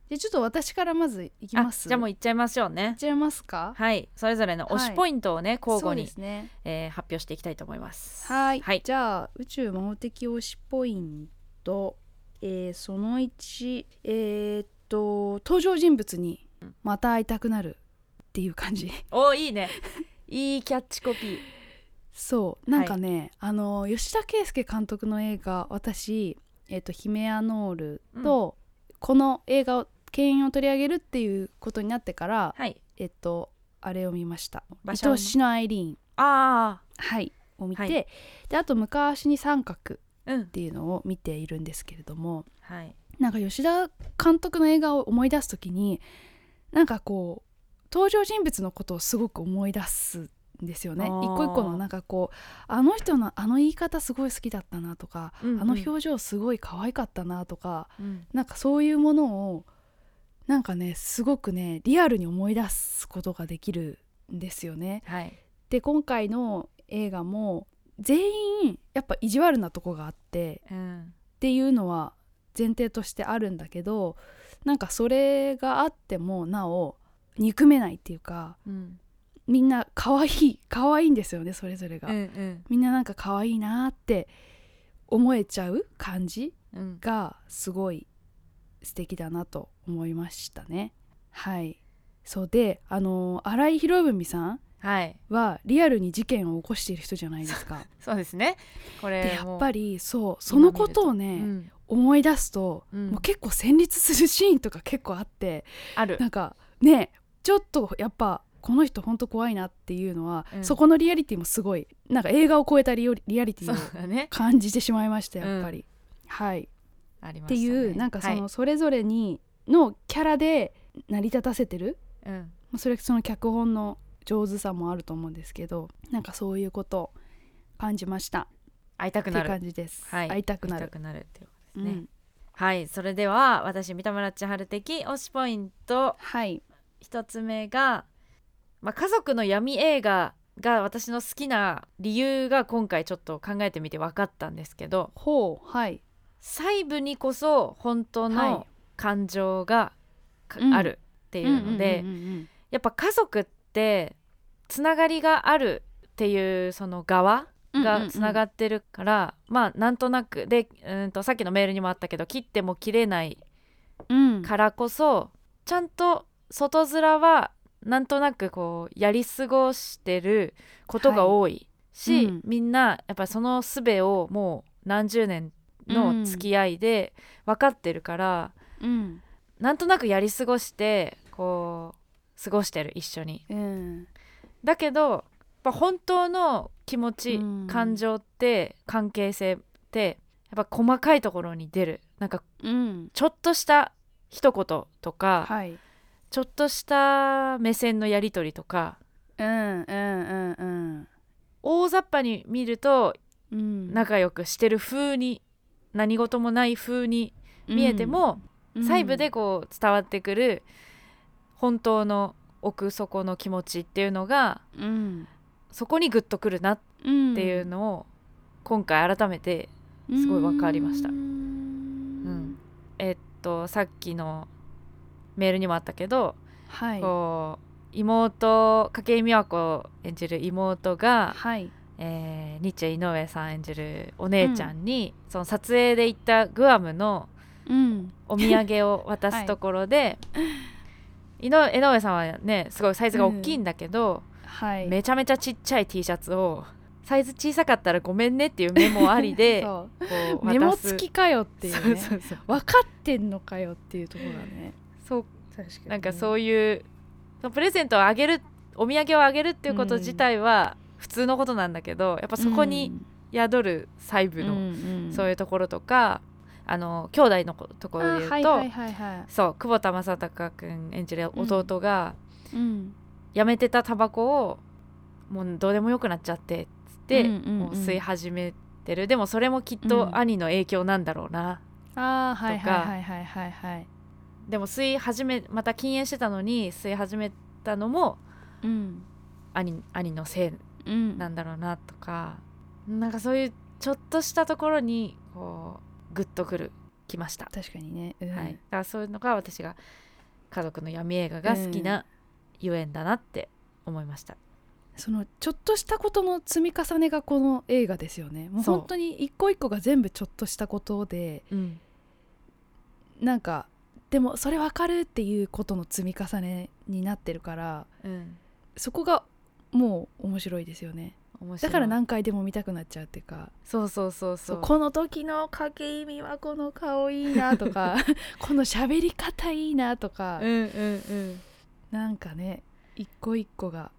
Speaker 3: じゃあちょっと私からまずいき
Speaker 2: あ
Speaker 3: ます
Speaker 2: じゃあもう
Speaker 3: いっ
Speaker 2: 行っちゃいましょうね
Speaker 3: ちゃいますか
Speaker 2: はい、それぞれの推
Speaker 3: は
Speaker 2: し
Speaker 3: い
Speaker 2: ポイントをね、交互
Speaker 3: そう
Speaker 2: に
Speaker 3: で、すね
Speaker 2: えー発表していきたいと思います。
Speaker 3: はい、
Speaker 2: はい、
Speaker 3: じゃあ宇宙魔法的推しポイント、えーその1えーっと登場人物にまた会いたくなるっていう感じ
Speaker 2: おーいい ね。いいキャッチコピー。
Speaker 3: そうなんかね、あの吉田圭佑監督の映画私えーっと「ヒメアノールと」この映画を敬遠を取り上げるっていうことになってから
Speaker 2: はい。
Speaker 3: えっとあれを見ました「
Speaker 2: 馬車馬
Speaker 3: 愛しのアイリーン
Speaker 2: あ」
Speaker 3: はいを見て、
Speaker 2: はい
Speaker 3: であと「昔に三角」
Speaker 2: あ、うん
Speaker 3: っ。ていうのを見ているんですけれども
Speaker 2: はい。
Speaker 3: なんか吉田監督の映画を思い出す時になんかこう登場人物のことをすごく思い出すんですよね
Speaker 2: あー
Speaker 3: 一個一個のなんかこうあの人のあの言い方すごい好きだったなとか、
Speaker 2: うんうん
Speaker 3: あの表情すごい可愛かったなとか
Speaker 2: うん、
Speaker 3: なんかそういうものをなんかねすごくねリアルに思い出すことができるんですよね。
Speaker 2: はい。
Speaker 3: で今回の映画も全員やっぱ意地悪なとこがあって
Speaker 2: うん。
Speaker 3: っていうのは前提としてあるんだけどなんかそれがあってもなお憎めないっていうか
Speaker 2: うん。
Speaker 3: みんな可愛い可愛いんですよねそれぞれが、
Speaker 2: うん
Speaker 3: みんななんか可愛いなーって思えちゃう感じ
Speaker 2: うん
Speaker 3: がすごい素敵だなと思いましたねはいそうであのー荒井博文さん
Speaker 2: はい
Speaker 3: はリアルに事件を起こしている人じゃないで すか
Speaker 2: そうですねこれ
Speaker 3: でやっぱ
Speaker 2: り、
Speaker 3: りそうそのことを
Speaker 2: う
Speaker 3: ね、
Speaker 2: ん
Speaker 3: 思い出すと、
Speaker 2: うん
Speaker 3: もう結構戦慄するシーンとか結構あって
Speaker 2: ある
Speaker 3: なんかねちょっとやっぱこの人ほんと怖いなっていうのは、
Speaker 2: うん
Speaker 3: そこのリアリティもすごいなんか映画を超えたリオリリアリテ
Speaker 2: そ
Speaker 3: ィ
Speaker 2: う
Speaker 3: を
Speaker 2: だね
Speaker 3: 感じてしまいましたやっぱり。はい、
Speaker 2: あり
Speaker 3: っ
Speaker 2: ま
Speaker 3: て
Speaker 2: し
Speaker 3: い
Speaker 2: たね
Speaker 3: う、なんかその、
Speaker 2: はい
Speaker 3: それぞれにのキャラで成り立たせてる
Speaker 2: うん
Speaker 3: まあそれその脚本の上手さもあると思うんですけどなんかそういうことを感じました
Speaker 2: 会いたく
Speaker 3: っ
Speaker 2: な
Speaker 3: て
Speaker 2: る
Speaker 3: 感じです、
Speaker 2: はい
Speaker 3: 会いたくな
Speaker 2: 会い
Speaker 3: る
Speaker 2: たくなるっていうこと
Speaker 3: う
Speaker 2: ですね、
Speaker 3: ん、
Speaker 2: はいそれでは私三田村千春的推しポイント
Speaker 3: はい
Speaker 2: 一つ目が、まあ、家族の闇映画が私の好きな理由が今回ちょっと考えてみて分かったんですけど
Speaker 3: ほうはい
Speaker 2: 細部にこそ本当
Speaker 3: はい
Speaker 2: の感情がか、
Speaker 3: うん
Speaker 2: あるっていうので、
Speaker 3: うんうんうんうん
Speaker 2: やっぱ家族ってつながりがあるっていうその側がつなが
Speaker 3: っ
Speaker 2: ってるから、まあなんとなくでうんとさっきのメールにもあったけど切っても切れないからこそちゃんと外面はなんとなくこうやり過ごしてることが多いし、
Speaker 3: はいうん
Speaker 2: みんなやっぱその術をもう何十年の付き合いで分かってるから、
Speaker 3: うん
Speaker 2: なんとなくやり過ごしてこう過ごしてる一緒に。
Speaker 3: うん
Speaker 2: だけどやっぱ本当の気持ち、
Speaker 3: うん
Speaker 2: 感情って関係性ってやっぱ細かいところに出るなんか
Speaker 3: うん
Speaker 2: ちょっとした一言とか、
Speaker 3: はい
Speaker 2: ちょっとした目線のやり取りとか
Speaker 3: うんうんうん
Speaker 2: 大雑把に見ると
Speaker 3: うん
Speaker 2: 仲良くしてる風に何事もない風に見えて、も、
Speaker 3: うん
Speaker 2: 細部でこう伝わってくる本当の奥底の気持ちっていうのが
Speaker 3: うん
Speaker 2: そこにグッとくるなっ
Speaker 3: うん
Speaker 2: ていうのを今回改めて、すごいわかりました
Speaker 3: うん
Speaker 2: えっとさっきのメールにもあったけど、
Speaker 3: はい
Speaker 2: こう妹筧美和子演じる妹が
Speaker 3: はい
Speaker 2: えー、ニッチェ井上さん演じるお姉ちゃんに、その撮影で行ったグアムの
Speaker 3: うん
Speaker 2: お土産を渡すところで、井上江上さんはねすごいサイズが大きいんだけど、
Speaker 3: はい
Speaker 2: めちゃめちゃちっちゃい T シャツをサイズ小さかったらごめんねっていうメモありでこ
Speaker 3: そう
Speaker 2: う
Speaker 3: メモ
Speaker 2: 渡す
Speaker 3: 付きかよっていうね
Speaker 2: そうそうそう
Speaker 3: 分かってんのかよっていうところだね
Speaker 2: そう
Speaker 3: 確かに
Speaker 2: なんかそういうそのプレゼントをあげるお土産をあげるっていうこと自体は普通のことなんだけど、やっぱそこに宿る細部のそういううところとかあの兄弟のこところで言うと、
Speaker 3: はいはいはいは
Speaker 2: そう久保田正孝君演じる弟が、
Speaker 3: いうん
Speaker 2: やめてたタバコをもうどうでもよくなっちゃってっつって、
Speaker 3: うんうんうん
Speaker 2: もう吸い始めてるでもそれもきっ
Speaker 3: うん
Speaker 2: と兄の影響なんだろうな、
Speaker 3: あーはい
Speaker 2: とか
Speaker 3: はいはいはいはいはい
Speaker 2: でも吸い始めまた禁煙してたのに吸い始めたのも
Speaker 3: うん
Speaker 2: 兄兄のせい
Speaker 3: うん
Speaker 2: なんだろうなとか、なんかそういうちょっとしたところにこうグッとくるきました。
Speaker 3: 確かにね
Speaker 2: はい、だからそういうのが私が家族の闇映画が好きなゆえんだなって思いました。
Speaker 3: そのちょっとしたことの積み重ねがこの映画ですよねもう
Speaker 2: そう
Speaker 3: 本当に一個一個が全部ちょっとしたことで
Speaker 2: うん、
Speaker 3: なんかでもそれ分かるっていうことの積み重ねになってるから
Speaker 2: うん、
Speaker 3: そこがもう面白いですよね
Speaker 2: 面白
Speaker 3: だ
Speaker 2: い
Speaker 3: から何回でも見たくなっちゃうっていうか
Speaker 2: そうそうそうそ
Speaker 3: そううこの時の影意味はこの顔いいなとかこの喋り方いいなとか、
Speaker 2: んうん
Speaker 3: なんかね一個一個が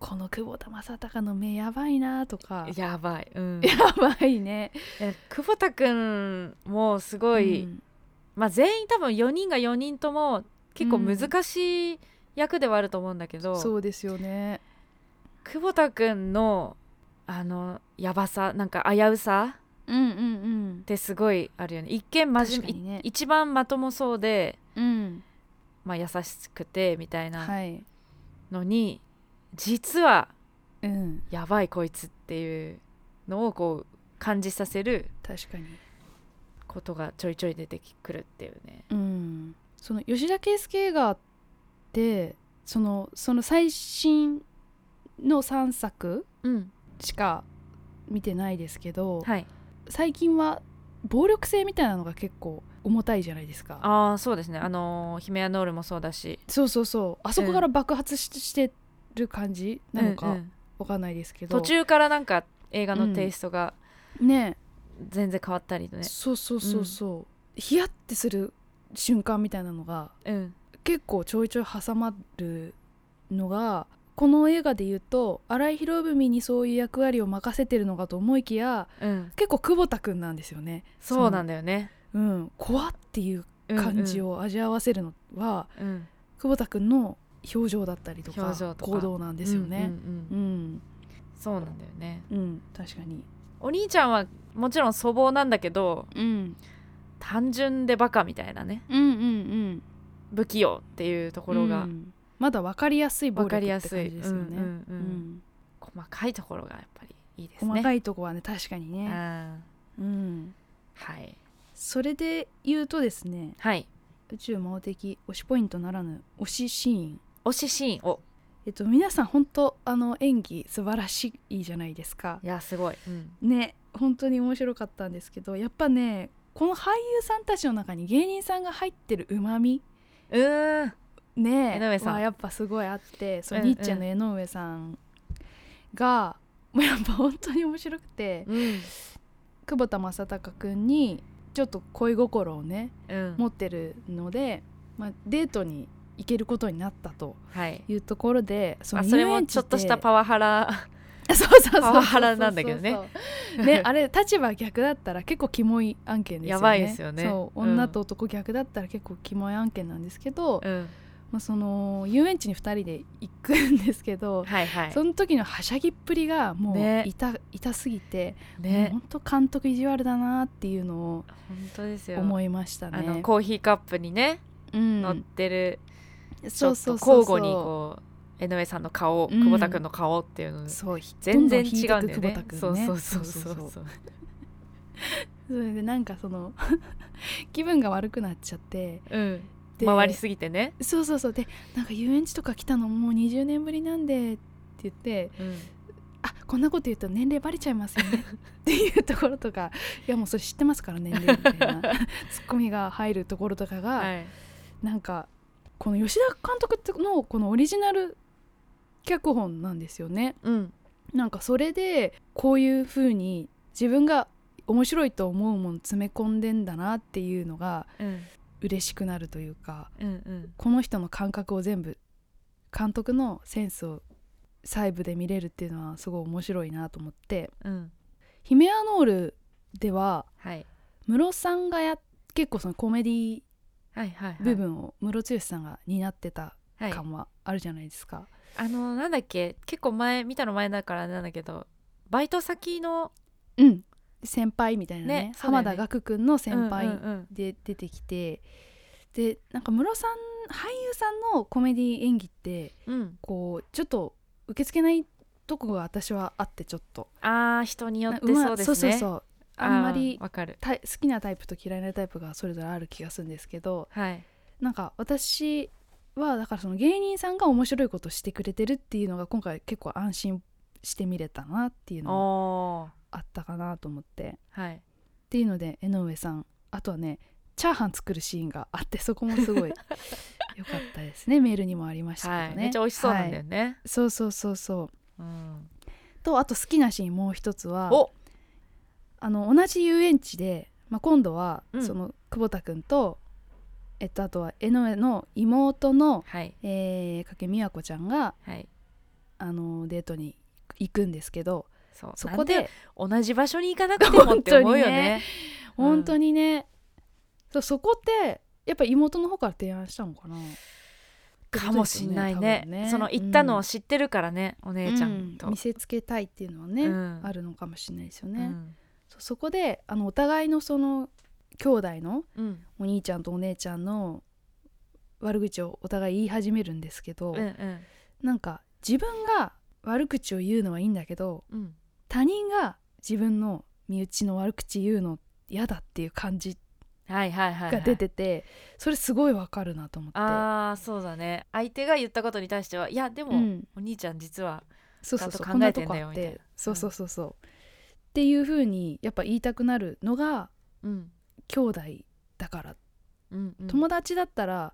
Speaker 3: この久保田正孝の目やばいなとか
Speaker 2: うん。やばい、うん、
Speaker 3: やばいね。
Speaker 2: え久保田君もすごい、
Speaker 3: うん
Speaker 2: まあ全員多分4人が4人とも結構難しい役ではあると思うんだけど、
Speaker 3: そうですよね。
Speaker 2: 久保田君のあのやばさなんか危うさ
Speaker 3: うんうん
Speaker 2: ってすごいあるよね一見真面
Speaker 3: 確かに
Speaker 2: 目、
Speaker 3: ね
Speaker 2: い一番まともそうで、
Speaker 3: うん。うん。
Speaker 2: まあ、優しくてみたいな
Speaker 3: はい。
Speaker 2: のに、実は
Speaker 3: うん。
Speaker 2: やばいこいつっていうのをこう感じさせる
Speaker 3: 確かに。
Speaker 2: ことがちょいちょい出てくるっていうね
Speaker 3: うん。その吉田圭介映画ってそのその最新の3作
Speaker 2: うん
Speaker 3: しか見てないですけど、
Speaker 2: はい
Speaker 3: 最近は暴力性みたいなのが結構重たいじゃないですか
Speaker 2: ああそうですねあのーヒメアノールもそうだし
Speaker 3: そうそうそうあそこから爆発し,、してる感じなの
Speaker 2: うんう
Speaker 3: か
Speaker 2: ん
Speaker 3: わかんないですけど、
Speaker 2: 途中からなんか映画のテイストが
Speaker 3: ね
Speaker 2: 全然変わったりね、
Speaker 3: そうそうそうそう、ヒヤってする瞬間みたいなのが
Speaker 2: うん、
Speaker 3: 結構ちょいちょい挟まるのがこの映画で言うと荒井博文にそういう役割を任せてるのかと思いきや
Speaker 2: うん、
Speaker 3: 結構久保田くんなんですよね、
Speaker 2: そうなんだよね
Speaker 3: うん、怖っていう感じ
Speaker 2: を、
Speaker 3: を味わわせるのは、
Speaker 2: うんうん
Speaker 3: 久保田くんの表情だったりとか
Speaker 2: 表情とか
Speaker 3: 行動なんですよ
Speaker 2: う
Speaker 3: ね。
Speaker 2: んうんう
Speaker 3: う、
Speaker 2: んん
Speaker 3: うん
Speaker 2: そうなんだよね
Speaker 3: 確かに、
Speaker 2: お兄ちゃんはもちろん粗暴なんだけど
Speaker 3: うん、
Speaker 2: 単純でバカみたいなね
Speaker 3: うんうんうん
Speaker 2: 不器用っていうところが
Speaker 3: うんまだ分かりやすい暴
Speaker 2: 分
Speaker 3: 力
Speaker 2: か
Speaker 3: って
Speaker 2: りやすい、
Speaker 3: 感じですよね。
Speaker 2: うんうんう
Speaker 3: う
Speaker 2: ん
Speaker 3: ん
Speaker 2: 細かいところがやっぱりいいですね
Speaker 3: 細かいとこはね確かに
Speaker 2: う
Speaker 3: ね、
Speaker 2: ん
Speaker 3: うん、
Speaker 2: はい
Speaker 3: それで言うとですね
Speaker 2: はい
Speaker 3: 宇宙魔王的推しポイントならぬ推しシーン
Speaker 2: 推しシーンを
Speaker 3: えっと皆さん本当あの演技素晴らしいじゃないですか
Speaker 2: いやすごい、うん
Speaker 3: ね本当に面白かったんですけどやっぱねこの俳優さんたちの中に芸人さんが入ってるうまみ
Speaker 2: うーん
Speaker 3: ね
Speaker 2: 江上さん
Speaker 3: はやっぱすごいあってそううん
Speaker 2: うん
Speaker 3: ニッチェの江上さんが、もうやっぱ本当に面白くて
Speaker 2: うん
Speaker 3: 久保田正孝君にちょっと恋心をね
Speaker 2: うん
Speaker 3: 持ってるので、まあ、デートに行けることになったと
Speaker 2: はい
Speaker 3: いうところでそ
Speaker 2: まあ
Speaker 3: の
Speaker 2: それ
Speaker 3: 遊
Speaker 2: も
Speaker 3: 園地
Speaker 2: ちょっと
Speaker 3: で
Speaker 2: したパワハラ
Speaker 3: そうそうそうそう
Speaker 2: パワハラなんだけどね
Speaker 3: ね、あれ立場逆だったら結構キモい案件ですよ
Speaker 2: や
Speaker 3: ね。
Speaker 2: ばいですよね
Speaker 3: そう
Speaker 2: うん
Speaker 3: 女と男逆だったら結構キモい案件なんですけど、
Speaker 2: うん
Speaker 3: まあ、その遊園地に2人で行くんですけど、
Speaker 2: はいはい
Speaker 3: その時のはしゃぎっぷりがも
Speaker 2: ね
Speaker 3: う痛,、痛すぎて
Speaker 2: ね
Speaker 3: 本当監督意地悪だなっていうのを
Speaker 2: 本当ですよ
Speaker 3: 思いましたね。
Speaker 2: あのコーヒーカップにね
Speaker 3: うん
Speaker 2: 乗ってるち
Speaker 3: そ
Speaker 2: ょ
Speaker 3: う
Speaker 2: っと
Speaker 3: そう
Speaker 2: 交
Speaker 3: そう
Speaker 2: 互にこう江上さんの顔、
Speaker 3: うん
Speaker 2: 久保田君の顔っていうの
Speaker 3: そう
Speaker 2: 全然違うんだよ
Speaker 3: どんどん引い
Speaker 2: ね
Speaker 3: てく久
Speaker 2: そう
Speaker 3: 保田君ね
Speaker 2: そうそうそう
Speaker 3: そうそう
Speaker 2: そう
Speaker 3: それでなんかその 気分が悪くなっちゃって
Speaker 2: うん
Speaker 3: で
Speaker 2: 回りすぎてね、
Speaker 3: そうそうそうでなんか遊園地とか来たのもう20年ぶりなんでって言って
Speaker 2: うん
Speaker 3: あこんなこと言うと年齢バレちゃいますよ ねっていうところとかいやもうそれ知ってますから年齢みたい なツッコミが入るところとかが、
Speaker 2: はい、
Speaker 3: なんかこの吉田監督のこのオリジナル脚本なんですよね。
Speaker 2: うん
Speaker 3: なんかそれでこういう風に自分が面白いと思うもの詰め込んでんだなっていうのが
Speaker 2: うん
Speaker 3: 嬉しくなるというか
Speaker 2: うんうん
Speaker 3: この人の感覚を全部監督のセンスを細部で見れるっていうのはすごい面白いなと思って
Speaker 2: うん
Speaker 3: 「ヒメアノール」では
Speaker 2: はい
Speaker 3: ムロさんがや結構そのコメディ
Speaker 2: はいはいはい
Speaker 3: 部分をムロツヨシさんが担ってた
Speaker 2: はい
Speaker 3: 感はあるじゃないですか。
Speaker 2: あのなんだっけ結構前見たの前だからあれなんだけどバイト先の
Speaker 3: うん先輩みたいなね
Speaker 2: ねそうだよ
Speaker 3: 浜
Speaker 2: ね
Speaker 3: 田岳君の先
Speaker 2: う
Speaker 3: 輩
Speaker 2: んうん
Speaker 3: で出てきて、でなんかムロさん俳優さんのコメディ演技って
Speaker 2: うんうん
Speaker 3: こうちょっと受け付けないとこが私はあってちょっと。
Speaker 2: あー人によって
Speaker 3: うま
Speaker 2: そうですね
Speaker 3: そうそうそうあんまり
Speaker 2: ーわかる
Speaker 3: た好きなタイプと嫌いなタイプがそれぞれある気がするんですけど
Speaker 2: はい
Speaker 3: なんか私はだからその芸人さんが面白いことをしてくれてるっていうのが今回結構安心して見れたなっていう
Speaker 2: お
Speaker 3: のが
Speaker 2: お
Speaker 3: あったかなと思って
Speaker 2: ーはい
Speaker 3: っていうので江上さんあとはねチャーハン作るシーンがあってそこもすごい 良かったですねメールにもありましたけどね、
Speaker 2: はいめっちゃ美味しそうなんだ
Speaker 3: は
Speaker 2: よ
Speaker 3: い
Speaker 2: ね、
Speaker 3: そうそうそうそう
Speaker 2: うん
Speaker 3: とあと好きなシーンもう一つは
Speaker 2: お
Speaker 3: あの同じ遊園地で、まあ、今度は、
Speaker 2: うん
Speaker 3: その久保田君と、えっと、あとは江上の妹の、
Speaker 2: はい
Speaker 3: えー、掛美和子ちゃんが
Speaker 2: はい
Speaker 3: あのデートに行くんですけど
Speaker 2: そう
Speaker 3: そこ
Speaker 2: なん
Speaker 3: で
Speaker 2: 同じ場所に行かなくてもって思うよねうん
Speaker 3: 本当にね、そうそこってやっぱ妹の方から提案したのかな
Speaker 2: かもしんない
Speaker 3: って
Speaker 2: ね
Speaker 3: ことですよね多分ね
Speaker 2: その行ったのを知ってるからね、お姉ちゃんと、
Speaker 3: う見せつけたいっていうのはね、
Speaker 2: うん
Speaker 3: あるのかもしれないですよ
Speaker 2: う
Speaker 3: ね、
Speaker 2: ん
Speaker 3: そうそこであのお互いのその兄弟の
Speaker 2: うん
Speaker 3: お兄ちゃんとお姉ちゃんの悪口をお互い言い始めるんですけど、
Speaker 2: うんうん
Speaker 3: なんか自分が悪口を言うのはいいんだけど
Speaker 2: うん
Speaker 3: 他人が自分の身内の悪口言うの嫌だっていう感じ
Speaker 2: はいはいはい、はい、
Speaker 3: が出ててそれすごいわかるなと思って。
Speaker 2: あーそうだね相手が言ったことに対してはいやでも、
Speaker 3: うん
Speaker 2: お兄ちゃん実は
Speaker 3: そうそうそう
Speaker 2: ちゃんと考えてんだよ
Speaker 3: こなとこあっ
Speaker 2: みたいな
Speaker 3: そうそうそうそう、っていう風にやっぱ言いたくなるのが
Speaker 2: うん
Speaker 3: 兄弟だから、
Speaker 2: うんうん
Speaker 3: 友達だったら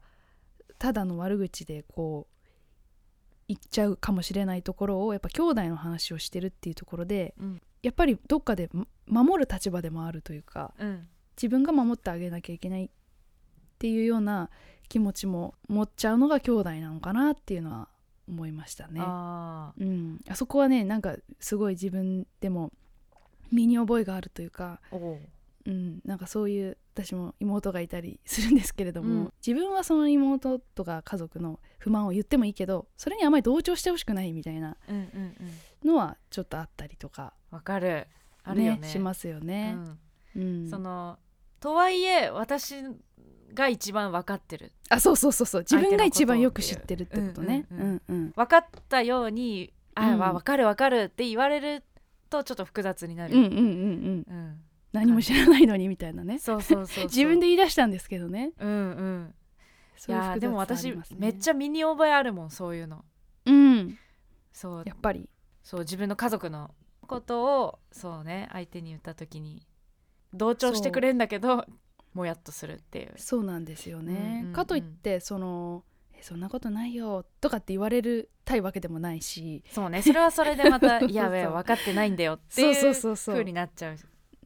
Speaker 3: ただの悪口でこう言っちゃうかもしれないところをやっぱ兄弟の話をしてるっていうところで、
Speaker 2: うん
Speaker 3: やっぱりどっかでま守る立場でもあるというか
Speaker 2: うん
Speaker 3: 自分が守ってあげなきゃいけないっていうような気持ちも持っちゃうのが兄弟なのかなっていうのは思いましたね。
Speaker 2: あ
Speaker 3: うん、あそこはねなんかすごい自分でも身に覚えがあるというか、
Speaker 2: ーおう
Speaker 3: うん、なんかそういう私も妹がいたりするんですけれども、
Speaker 2: うん
Speaker 3: 自分はその妹とか家族の不満を言ってもいいけどそれにあまり同調してほしくないみたいな
Speaker 2: うんうんうん
Speaker 3: のはちょっとあったりとか、
Speaker 2: わかるあるよね
Speaker 3: しますよね。うん
Speaker 2: うん、そのとはいえ私が一番分かってる
Speaker 3: あそうそうそうそう自
Speaker 2: 相手の
Speaker 3: 分が一
Speaker 2: こ
Speaker 3: 番
Speaker 2: とを
Speaker 3: よく知ってるってことね。
Speaker 2: うん
Speaker 3: う
Speaker 2: うん
Speaker 3: んうん
Speaker 2: 分かったようにあ、
Speaker 3: うん
Speaker 2: わ分かる分かるって言われるとちょっと複雑にな
Speaker 3: うんうん
Speaker 2: る、
Speaker 3: うんう
Speaker 2: う
Speaker 3: ん
Speaker 2: ん
Speaker 3: 何も知らないのにみたいなね
Speaker 2: そうそうそうそう
Speaker 3: 自分で言い出したんですけどね。
Speaker 2: うんうんい
Speaker 3: そういう
Speaker 2: やー
Speaker 3: 複雑
Speaker 2: でも
Speaker 3: さあ
Speaker 2: 私、
Speaker 3: りますね
Speaker 2: めっちゃ身に覚えあるもんそういうの
Speaker 3: うん
Speaker 2: そう
Speaker 3: やっぱり
Speaker 2: そう自分の家族のことをそうね相手に言った時に同調してくれんだけどもやっとするっていう
Speaker 3: そうなんですよね、
Speaker 2: うんうん
Speaker 3: かといってその「えそんなことないよ」とかって言われるたいわけでもないし
Speaker 2: そうねそれは それでまた
Speaker 3: そうそう
Speaker 2: いやべえ分かってないんだよって
Speaker 3: そう
Speaker 2: い
Speaker 3: そう
Speaker 2: う
Speaker 3: そうそう
Speaker 2: 風になっちゃうい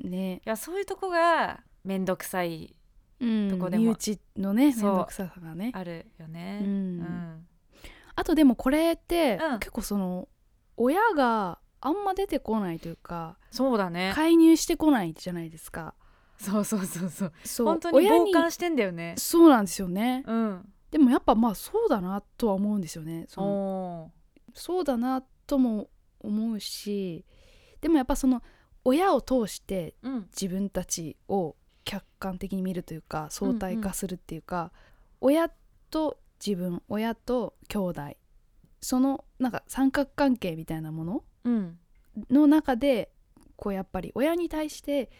Speaker 3: ね、
Speaker 2: やそういうとこが面倒くさい
Speaker 3: うん
Speaker 2: どこでも
Speaker 3: 身内のね面
Speaker 2: そう
Speaker 3: 倒くささがねあ
Speaker 2: あるよね
Speaker 3: うん
Speaker 2: うん
Speaker 3: とでもこれって、
Speaker 2: うん
Speaker 3: 結構その親があんま出てこないというか
Speaker 2: そうだね
Speaker 3: 介入してこないじゃないですか
Speaker 2: そうそうそうそう
Speaker 3: そう
Speaker 2: 本当に
Speaker 3: 親
Speaker 2: 傍観してんだよね
Speaker 3: そうなんですよね、
Speaker 2: うん
Speaker 3: でもやっぱまあそうだなとは思うんですよねその
Speaker 2: お
Speaker 3: そうだなとも思うしでもやっぱその親を通して
Speaker 2: ーうん
Speaker 3: 自分たちを客観的に見るというか相対
Speaker 2: うんうん
Speaker 3: 化するっていうか、親と自分親と兄弟そのなんか三角関係みたいなもの
Speaker 2: うん
Speaker 3: の中でこうやっぱり親に対して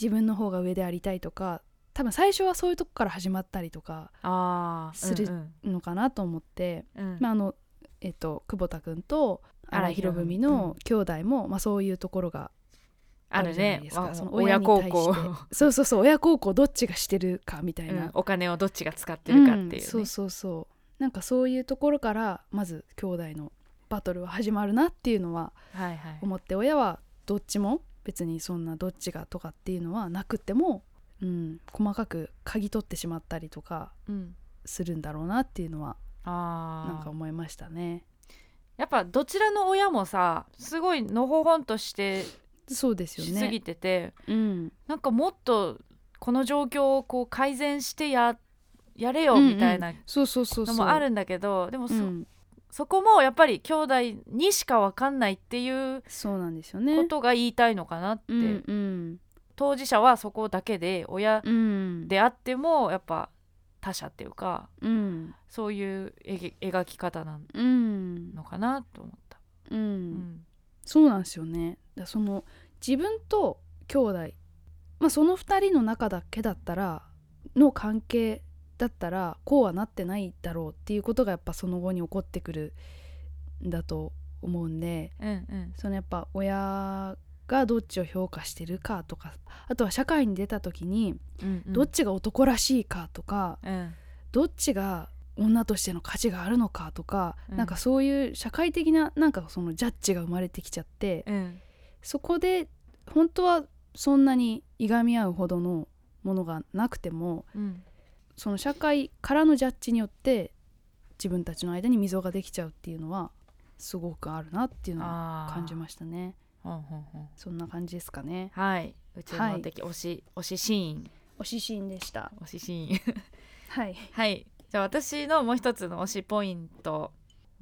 Speaker 3: 自分の方が上でありたいとか多分最初はそういうとこから始まったりとか
Speaker 2: ああ
Speaker 3: する
Speaker 2: うん
Speaker 3: のかなと思って、
Speaker 2: うんうん
Speaker 3: まああのえっと久保田君と荒井博文の兄弟も、まあ、そういうところが
Speaker 2: あるね
Speaker 3: あるじゃないですか
Speaker 2: わ
Speaker 3: その
Speaker 2: 親
Speaker 3: 親に
Speaker 2: 孝
Speaker 3: 対して
Speaker 2: 行
Speaker 3: そうそうそう親孝行どっちがしてるかみたい
Speaker 2: うん
Speaker 3: な、
Speaker 2: お金をどっちが使ってるかっていうね、
Speaker 3: んそうそうそうなんかそういうところからまず兄弟のバトルは始まるなっていうのは
Speaker 2: はいはい
Speaker 3: 思って親はどっちも別にそんなどっちがとかっていうのはなくても、うん、細かく嗅ぎ取ってしまったりとか
Speaker 2: うん、
Speaker 3: するんだろうなっていうのはな
Speaker 2: あ
Speaker 3: んか
Speaker 2: あ
Speaker 3: 思いましたね。
Speaker 2: やっぱどちらの親もさすごいのほほんとして
Speaker 3: そうですよ
Speaker 2: しす
Speaker 3: ね
Speaker 2: ぎ。てて、
Speaker 3: うん、
Speaker 2: なんかもっとこの状況をこう改善してややれよ
Speaker 3: うんうん
Speaker 2: みたいな
Speaker 3: そうそうそうそ
Speaker 2: の
Speaker 3: う。
Speaker 2: もあるんだけど、でも
Speaker 3: う
Speaker 2: そ,、
Speaker 3: ん、
Speaker 2: そこもやっぱり兄弟にしか分かんないっていう
Speaker 3: そうなんですよ
Speaker 2: こ
Speaker 3: ね。
Speaker 2: とが言いたいのかなって、
Speaker 3: うんうん
Speaker 2: 当事者はそこだけで親
Speaker 3: うん、
Speaker 2: であってもやっぱ他者っていうか
Speaker 3: うん
Speaker 2: そういうえげ描き方な
Speaker 3: うん
Speaker 2: のかなと思った。
Speaker 3: う、
Speaker 2: うんん
Speaker 3: そうなんですよねだその自分と兄弟まあその2人の中だけだったらの関係だったらこうはなってないだろうっていうことがやっぱその後に起こってくるんだと思うんで
Speaker 2: うんうん
Speaker 3: そのやっぱ親がどっちを評価してるかとかあとは社会に出た時に
Speaker 2: うんうん
Speaker 3: どっちが男らしいかとか、
Speaker 2: うん
Speaker 3: どっちが女としての価値があるのかとか、
Speaker 2: うん
Speaker 3: なんかそういう社会的ななんかそのジャッジが生まれてきちゃって、
Speaker 2: うん
Speaker 3: そこで本当はそんなにいがみ合うほどのものがなくても
Speaker 2: うん
Speaker 3: その社会からのジャッジによって自分たちの間に溝ができちゃうっていうのはすごくあるなっていうのは
Speaker 2: あー
Speaker 3: 感じましたね
Speaker 2: ほんほんほん
Speaker 3: そんな感じですかね
Speaker 2: はい、うちの的推し、推しシーン、
Speaker 3: おしシーンでした
Speaker 2: 推しシーン。
Speaker 3: はい
Speaker 2: はい、じゃあ私のもう一つの推しポイント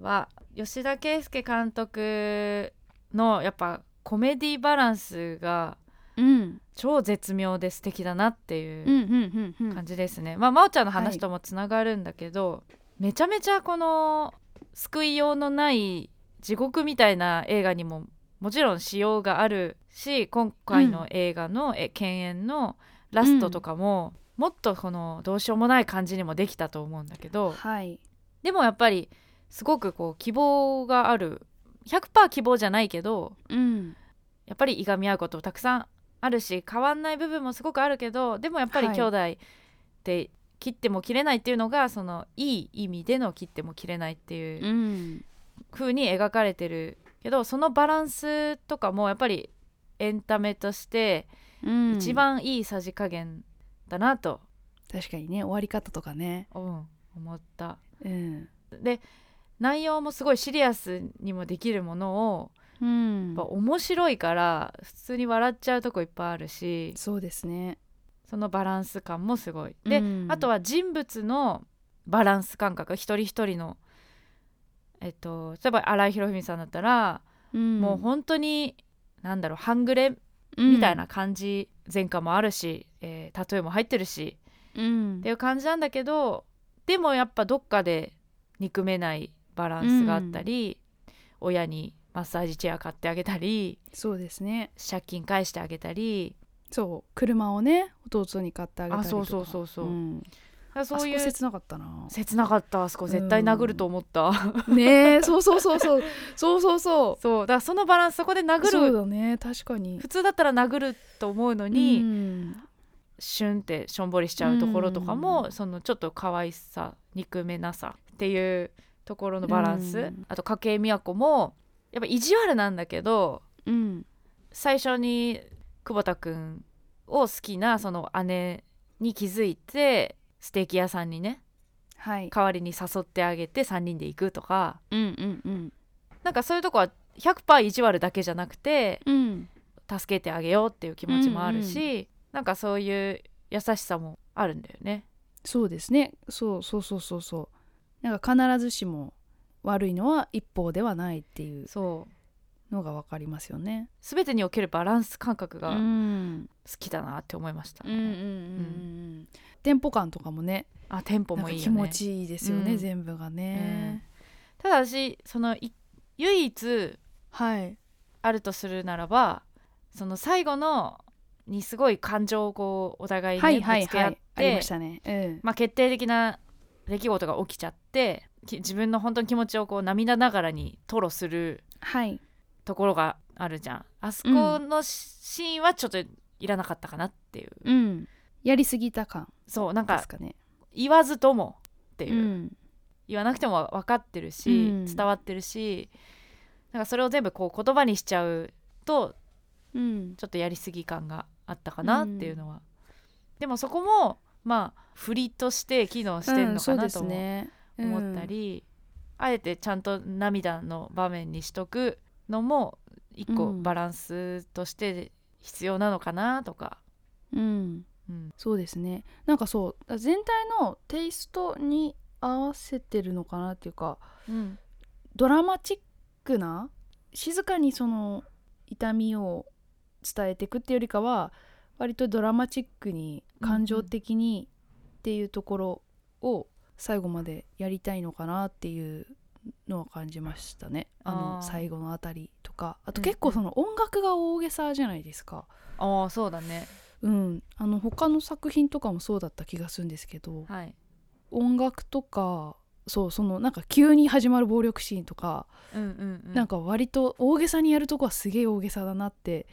Speaker 2: は吉田圭佑監督のやっぱコメディバランスが
Speaker 3: うん
Speaker 2: 超絶妙で素敵だなって
Speaker 3: う
Speaker 2: い
Speaker 3: んう
Speaker 2: うん
Speaker 3: うんうん
Speaker 2: 感じですね。まあ真央ちゃんの
Speaker 3: は
Speaker 2: 話
Speaker 3: い
Speaker 2: ともつながるんだけど、めちゃめちゃこの救いようのない地獄みたいな映画にももちろん仕様があるし今回の映画の、え犬猿のラストとかも、もっとこのどうしようもない感じにもできたと思うんだけど
Speaker 3: はい
Speaker 2: でもやっぱりすごくこう希望がある100%希望じゃないけど
Speaker 3: うん
Speaker 2: やっぱりいがみ合うことたくさんあるし変わんない部分もすごくあるけどでもやっぱり
Speaker 3: はい
Speaker 2: 兄弟って切っても切れないっていうのが、そのいい意味での切っても切れないっていう
Speaker 3: うん
Speaker 2: 風に描かれてるけどそのバランスとかもやっぱりエンタメとして
Speaker 3: うん
Speaker 2: 一番いいさじ加減だなと、
Speaker 3: 確かにね終わり方とかね
Speaker 2: うん思った。
Speaker 3: うん
Speaker 2: で内容もすごいシリアスにもできるものを
Speaker 3: うん
Speaker 2: やっぱ面白いから普通に笑っちゃうとこいっぱいあるし
Speaker 3: そうですね
Speaker 2: そのバランス感もすごい。で、
Speaker 3: うん
Speaker 2: あとは人物のバランス感覚一人一人の、えっと、例えば荒井博文さんだったら、もう本当になんだろう半グレみたいな感じ、前科もあるし、えー、例えも入ってるし
Speaker 3: うん
Speaker 2: っていう感じなんだけどでもやっぱどっかで憎めないバランスがあったり、親にマッサージチェア買ってあげたり
Speaker 3: そうですね
Speaker 2: 借金返してあげたり
Speaker 3: そう車をね弟に買ってあげたりとか
Speaker 2: あそうそうそうそうんそうい
Speaker 3: あそこ
Speaker 2: う
Speaker 3: 切なかったな
Speaker 2: 切なかったあそこ絶対殴ると思った、
Speaker 3: ねえそうそうそうそう そうそう そ
Speaker 2: そうだからそのバランスそこで
Speaker 3: うそう
Speaker 2: 殴る
Speaker 3: だね確かに
Speaker 2: 普通だったら殴ると思うのに、
Speaker 3: うん
Speaker 2: シュンってしょんぼりしちゃうところとかも、
Speaker 3: うん
Speaker 2: そのちょっと可愛さ憎めなさっていうところのバランス、
Speaker 3: うん
Speaker 2: あと筧美和子もやっぱ意地悪なんだけど
Speaker 3: うん
Speaker 2: 最初に久保田君を好きなその姉に気づいてステーキ屋さんにね
Speaker 3: はい
Speaker 2: 代わりに誘ってあげて3人で行くとか
Speaker 3: うんうんうん
Speaker 2: なんかそういうとこは100%意地悪だけじゃなくて
Speaker 3: うん
Speaker 2: 助けてあげようっていう気持ちもあるし、なんかそういう優しさもあるんだよね。
Speaker 3: そうですねそうそうそうそうそうなんか必ずしも悪いのは一方ではないっていう
Speaker 2: そう
Speaker 3: のがわかりますよね。
Speaker 2: 全てにおけるバランス感覚
Speaker 3: う
Speaker 2: が好
Speaker 3: ん、
Speaker 2: きだなって思いました、
Speaker 3: うんうんうんうんうんテンポ感とかもね
Speaker 2: あテンポ
Speaker 3: なん
Speaker 2: も
Speaker 3: か
Speaker 2: いい
Speaker 3: 気
Speaker 2: よね
Speaker 3: 持ちいいですよね、
Speaker 2: うん
Speaker 3: 全部がね、
Speaker 2: ただしそのい唯一
Speaker 3: はい
Speaker 2: あるとするならばその最後のにすごい感情をこうお互い
Speaker 3: は
Speaker 2: に
Speaker 3: い
Speaker 2: ぶ
Speaker 3: はい
Speaker 2: つけ合
Speaker 3: は
Speaker 2: っ
Speaker 3: いありましてたね、うん、
Speaker 2: まあ決定的な出来事が起きちゃってき自分の本当に気持ちをこう涙ながらに吐露する
Speaker 3: はい
Speaker 2: ところがあるじゃんあそこのシーンはちょっといらなかったかなっていう、
Speaker 3: うんやりすぎた感
Speaker 2: そうなん
Speaker 3: で
Speaker 2: か
Speaker 3: すかね
Speaker 2: 言わずともっていうう、
Speaker 3: ん
Speaker 2: 言わなくても分かってるし、
Speaker 3: うん
Speaker 2: 伝わってるしなんかそれを全部こう言葉にしちゃうと
Speaker 3: うん
Speaker 2: ちょっとやりすぎ感があったかなっていうのは、でもそこもまあ振りとして機能してるのか
Speaker 3: うんそうで
Speaker 2: な
Speaker 3: す
Speaker 2: とも
Speaker 3: ねうん
Speaker 2: 思ったり、あえてちゃんと涙の場面にしとくのも一個
Speaker 3: うん
Speaker 2: バランスとして必要なのかなとか、
Speaker 3: うん
Speaker 2: うん
Speaker 3: そうですねなんかそう全体のテイストに合わせてるのかなっていうか
Speaker 2: うん
Speaker 3: ドラマチックな静かにその痛みを伝えていくっていうよりかは割とドラマチックに感情的にっていうところを最後までやりたいのかなっていうのは感じましたねあの
Speaker 2: あー
Speaker 3: 最後のあたりとかあと
Speaker 2: うん
Speaker 3: 結構その音楽が大げさじゃないですか。
Speaker 2: ああそうだね
Speaker 3: うん、あの他の作品とかもそうだった気がするんですけど、
Speaker 2: はい、
Speaker 3: 音楽とかそうそのなんか急に始まる暴力シーンとか、
Speaker 2: うんうんうん、
Speaker 3: なんか割と大げさにやるとこはすげえ大げさだなって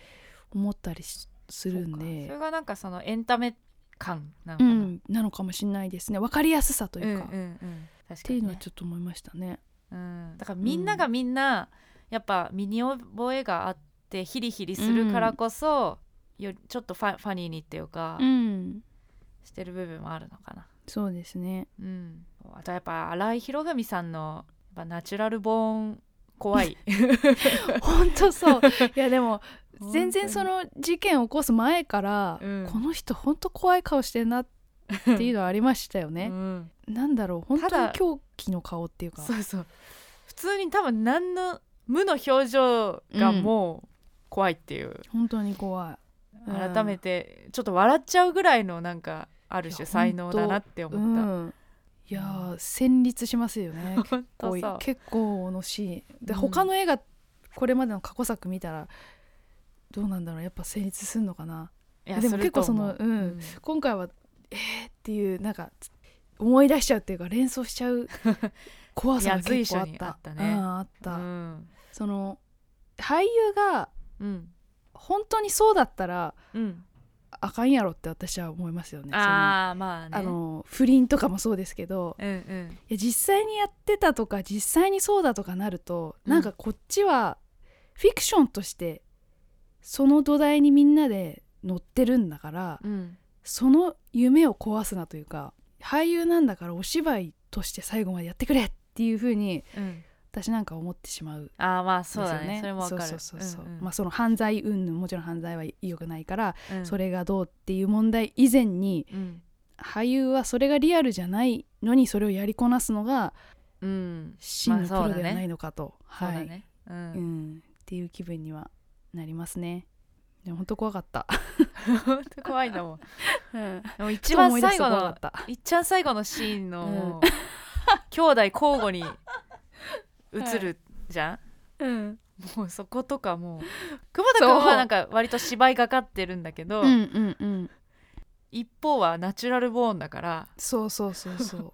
Speaker 3: 思ったりしする
Speaker 2: そう
Speaker 3: ん
Speaker 2: かそれ
Speaker 3: で
Speaker 2: がなんかそのエンタメ感なの
Speaker 3: う
Speaker 2: かな、
Speaker 3: ん、なのかもしれないですね分かりやすさというか、
Speaker 2: うんう
Speaker 3: っ
Speaker 2: んうん確か
Speaker 3: てい
Speaker 2: に
Speaker 3: うの
Speaker 2: ね、
Speaker 3: はちょっと思いましたね。
Speaker 2: うん、だからみんながみんな、やっぱ身に覚えがあってヒリヒリするからこそ、よりちょっとファファニーにっていうか、
Speaker 3: うん、
Speaker 2: してる部分もあるのかな、
Speaker 3: そうですね
Speaker 2: うん、あとやっぱ新井博文さんのやっぱナチュラルボーン怖い
Speaker 3: 本当そういやでも
Speaker 2: 本当に
Speaker 3: 全然その事件起こす前から、
Speaker 2: うん
Speaker 3: この人本当怖い顔してんなっていうのはありましたよ
Speaker 2: う
Speaker 3: ね。
Speaker 2: ん、
Speaker 3: なんだろう本
Speaker 2: た
Speaker 3: 当に
Speaker 2: だ
Speaker 3: 狂気の顔っていうか
Speaker 2: そうそう普通に多分何の無の表情がもう怖いっていう、
Speaker 3: 本当に怖いうん
Speaker 2: 改めてちょっと笑っちゃうぐらいのなんかある
Speaker 3: いや
Speaker 2: 種才能だなって思
Speaker 3: う
Speaker 2: った。
Speaker 3: んいやー戦慄しますよね
Speaker 2: 本
Speaker 3: こう
Speaker 2: 当
Speaker 3: い
Speaker 2: そう
Speaker 3: 結構のシーンで、
Speaker 2: うん
Speaker 3: 他の映画これまでの過去作見たらどうなんだろうやっぱ戦慄すんのかない
Speaker 2: や
Speaker 3: でも
Speaker 2: する
Speaker 3: 結構
Speaker 2: と思う
Speaker 3: そのうん今回はえーっていうなんかつ思い出しちゃうっていうか連想し ちゃう怖さが結構あっ
Speaker 2: いや随所に
Speaker 3: た
Speaker 2: あったね
Speaker 3: うんあった、
Speaker 2: うん
Speaker 3: その俳優が
Speaker 2: うん
Speaker 3: 本当にそうだったら
Speaker 2: うん
Speaker 3: あかんやろって私は思いますよね。
Speaker 2: ああまあ
Speaker 3: そ
Speaker 2: ね
Speaker 3: のあの不倫とかもそうですけど
Speaker 2: うんうん
Speaker 3: いや実際にやってたとか実際にそうだとかなると、
Speaker 2: うん
Speaker 3: なんかこっちはフィクションとしてその土台にみんなで乗ってるんだから、
Speaker 2: うん
Speaker 3: その夢を壊すなというか俳優なんだからお芝居として最後までやってくれっていう風に
Speaker 2: うん
Speaker 3: 私なんか思ってしまう。
Speaker 2: ああまあ
Speaker 3: です
Speaker 2: そう
Speaker 3: よ
Speaker 2: だね
Speaker 3: ね
Speaker 2: それもわかる
Speaker 3: そうそうそうそう、
Speaker 2: んん
Speaker 3: まあその犯罪云々もちろん犯罪は良くないから、
Speaker 2: うん
Speaker 3: それがどうっていう問題以前に
Speaker 2: うん
Speaker 3: 俳優はそれがリアルじゃないのにそれをやりこなすのが
Speaker 2: うん
Speaker 3: 真のプ
Speaker 2: まあそう
Speaker 3: ロ
Speaker 2: だね
Speaker 3: ではないのかと、
Speaker 2: そう
Speaker 3: は
Speaker 2: だ
Speaker 3: い
Speaker 2: ねう
Speaker 3: うんん、っていう気分にはなりますねでも本当怖かった、
Speaker 2: 本当 怖いんだもん
Speaker 3: うん、
Speaker 2: でも一番最後
Speaker 3: 怖か
Speaker 2: の
Speaker 3: った
Speaker 2: 一番最後のシーンのもう兄弟交互に映るじゃん、
Speaker 3: うん
Speaker 2: もうそことかもう久保田君
Speaker 3: そう
Speaker 2: はなんか割と芝居がかってるんだけど、
Speaker 3: うんうんうん
Speaker 2: 一方はナチュラルボーンだから
Speaker 3: そうそうそうそう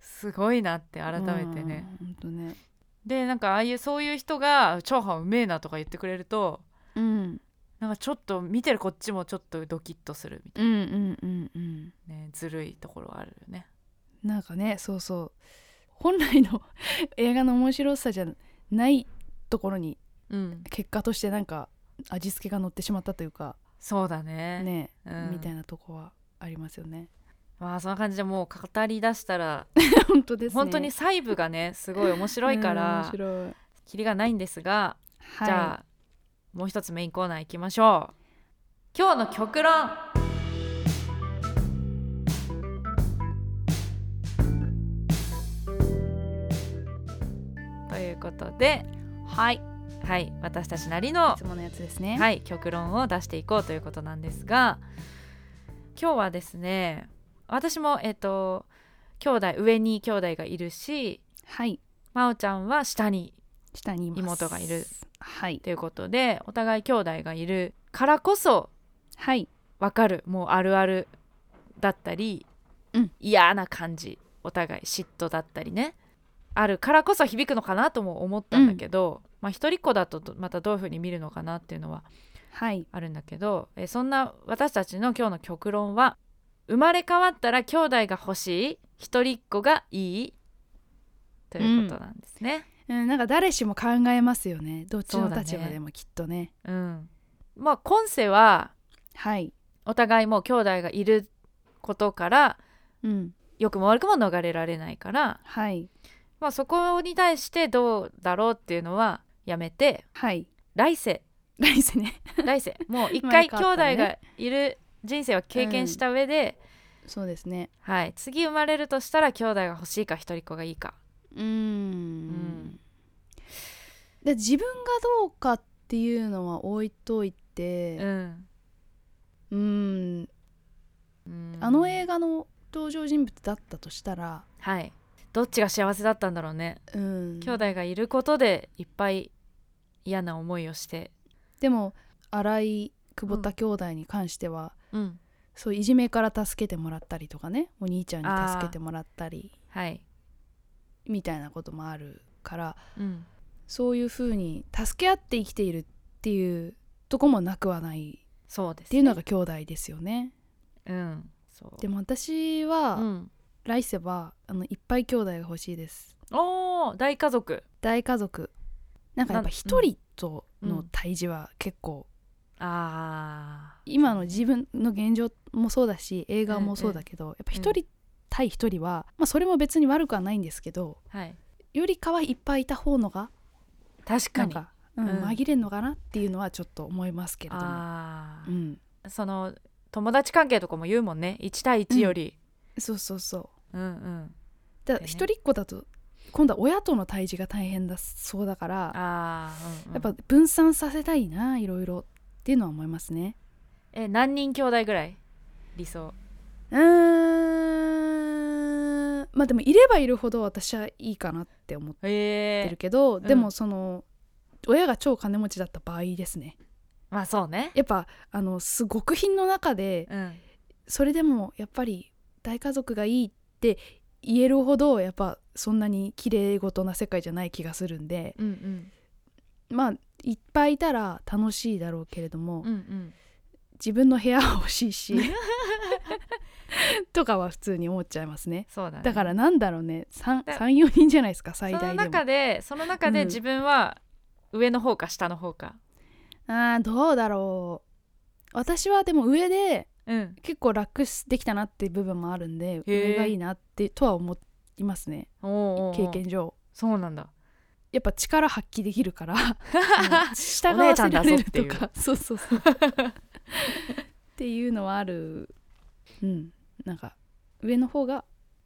Speaker 2: すごいなって 改めてね、
Speaker 3: うん。本当ね。
Speaker 2: でなんかああいうそういう人が「チャーハンうめえな」とか言ってくれると
Speaker 3: うん
Speaker 2: なんかちょっと見てるこっちもちょっとドキッとするみた
Speaker 3: う
Speaker 2: い
Speaker 3: んうんうんうん。
Speaker 2: な、ね、ずるいところはあるよね。
Speaker 3: なんかねそうそう本来の 映画の面白さじゃないところに
Speaker 2: うん、
Speaker 3: 結果としてなんか味付けが乗ってしまったというか
Speaker 2: そうだね
Speaker 3: ね、
Speaker 2: うん
Speaker 3: みたいなとこはありますよね。
Speaker 2: まあそんな感じでもう語り出したら
Speaker 3: 本当ですね。
Speaker 2: 本当に細部がねすごい面白いか
Speaker 3: うん面
Speaker 2: ら
Speaker 3: 白い。
Speaker 2: キリがないんですが、
Speaker 3: はい、
Speaker 2: じゃあもう一つメインコーナー行きましょう今日の極論ということで
Speaker 3: はいい
Speaker 2: はい私たちなりの
Speaker 3: つものやつですね。
Speaker 2: はい極論を出していこうということなんですが今日はですね私もえっ、と兄弟上に兄弟がいるし
Speaker 3: はい
Speaker 2: 真央ちゃんは下に
Speaker 3: 下にいます
Speaker 2: 妹がいる。
Speaker 3: はい
Speaker 2: ということでお互い兄弟がいるからこそ
Speaker 3: はい
Speaker 2: 分かるもうあるあるだったり、
Speaker 3: うん
Speaker 2: 嫌な感じお互い嫉妬だったりねあるからこそ響くのかなとも思ったんだけど、まあ一人っ子だとどまたどういうふうに見るのかなっていうのは
Speaker 3: はい
Speaker 2: あるんだけどえーそんな私たちの今日の極論は生まれ変わったら兄弟が欲しい一人っ子がいいということなんですね。
Speaker 3: うんなんか誰しも考えますよね。どっちの立場でもきっとね。
Speaker 2: うんまあ今世は
Speaker 3: はい。
Speaker 2: お互いもう兄弟がいることから
Speaker 3: うん。
Speaker 2: 良くも悪くも逃れられないから、
Speaker 3: はい
Speaker 2: まあ、そこに対してどうだろうっていうのはやめて
Speaker 3: はい
Speaker 2: 来世
Speaker 3: 来世ね
Speaker 2: 来世もう一
Speaker 3: 前
Speaker 2: 回兄
Speaker 3: 変わ
Speaker 2: 弟
Speaker 3: ったね
Speaker 2: がいる人生は経験した上で、
Speaker 3: そうですね
Speaker 2: はい、次生まれるとしたら兄弟が欲しいか一人っ子がいいか。
Speaker 3: うーんで自分がどうかっていうのは置いというて
Speaker 2: ん
Speaker 3: うーん
Speaker 2: うん
Speaker 3: あの映画の登場人物だったとしたら
Speaker 2: はいどっちが幸せだったんだろうね、
Speaker 3: うん
Speaker 2: 兄弟がいることでいっぱい嫌な思いをして、
Speaker 3: でも新井久保田兄弟に関しては、
Speaker 2: うん、
Speaker 3: そういじめから助けてもらったりとかねお兄ちゃんに助けてもらったり
Speaker 2: はい、
Speaker 3: みたいなこともあるから
Speaker 2: うん、
Speaker 3: そういうふうに助け合って生きているっていうとこもなくはない
Speaker 2: そうです、ね、
Speaker 3: っていうのが兄弟ですよね。
Speaker 2: うんそう
Speaker 3: でも私
Speaker 2: う
Speaker 3: は
Speaker 2: ん、
Speaker 3: 来世はあのいっぱい兄弟が欲しいです
Speaker 2: おー大家族
Speaker 3: 大家族なんかやっ
Speaker 2: な
Speaker 3: ぱ
Speaker 2: ん
Speaker 3: 一人と
Speaker 2: う
Speaker 3: の
Speaker 2: ん
Speaker 3: 対峙は結構
Speaker 2: あー
Speaker 3: 今の自分の現状もそうだし映画もそうだけどやっぱ一人対一人はまあそれも別に悪くはないんですけど
Speaker 2: はい
Speaker 3: よりかはいっぱいいた方のが
Speaker 2: 確か
Speaker 3: なん
Speaker 2: に
Speaker 3: かうん
Speaker 2: うん
Speaker 3: 紛れんのかなっていうのはちょっと思いますけれども
Speaker 2: あ
Speaker 3: う
Speaker 2: ー、
Speaker 3: ん
Speaker 2: その友達関係とかも言うもんね1対1より、
Speaker 3: そうそうそ
Speaker 2: う
Speaker 3: う
Speaker 2: ん、うん
Speaker 3: だ
Speaker 2: でね
Speaker 3: 一人っ子だと今度は親との対峙が大変だそうだから
Speaker 2: あー、うんうん
Speaker 3: やっぱ分散させたいないろいろっていうのは思いますね
Speaker 2: え何人兄弟ぐらい理想
Speaker 3: うーんまあでもいればいるほど私はいいかなって思っ
Speaker 2: ええ
Speaker 3: てるけど、
Speaker 2: ん
Speaker 3: でもその、親が超金持ちだった場合ですね
Speaker 2: まあそうね
Speaker 3: やっぱあのすごく品の中で
Speaker 2: うん
Speaker 3: それでもやっぱり大家族がいいって言えるほどやっぱそんなに綺麗事な世界じゃない気がするんで
Speaker 2: うんうん
Speaker 3: まあいっぱいいたら楽しいだろうけれども、
Speaker 2: うんうん
Speaker 3: 自分の部屋は欲しいし とかは普通に思っちゃいますね
Speaker 2: そうだね
Speaker 3: だからなんだろうね
Speaker 2: だ
Speaker 3: 34人じゃないですか
Speaker 2: そ
Speaker 3: 最大
Speaker 2: の
Speaker 3: で
Speaker 2: 中
Speaker 3: も
Speaker 2: でその中
Speaker 3: う
Speaker 2: で
Speaker 3: ん
Speaker 2: 自分は上の方か下の方か
Speaker 3: あーどうだろう私はでも上で
Speaker 2: うん
Speaker 3: 結構楽できたなっていう部分もあるんで
Speaker 2: ー
Speaker 3: 上がいいなってとは思いますね
Speaker 2: おうおうおう
Speaker 3: 経験上
Speaker 2: そうなんだ
Speaker 3: やっぱ力発揮できるから従
Speaker 2: お
Speaker 3: わ
Speaker 2: 姉ちゃ
Speaker 3: せ
Speaker 2: ん
Speaker 3: ら
Speaker 2: だぞ
Speaker 3: れ
Speaker 2: っ
Speaker 3: る
Speaker 2: てい
Speaker 3: と
Speaker 2: う
Speaker 3: かそうそうそうっていうのはあるうんなんか上の方が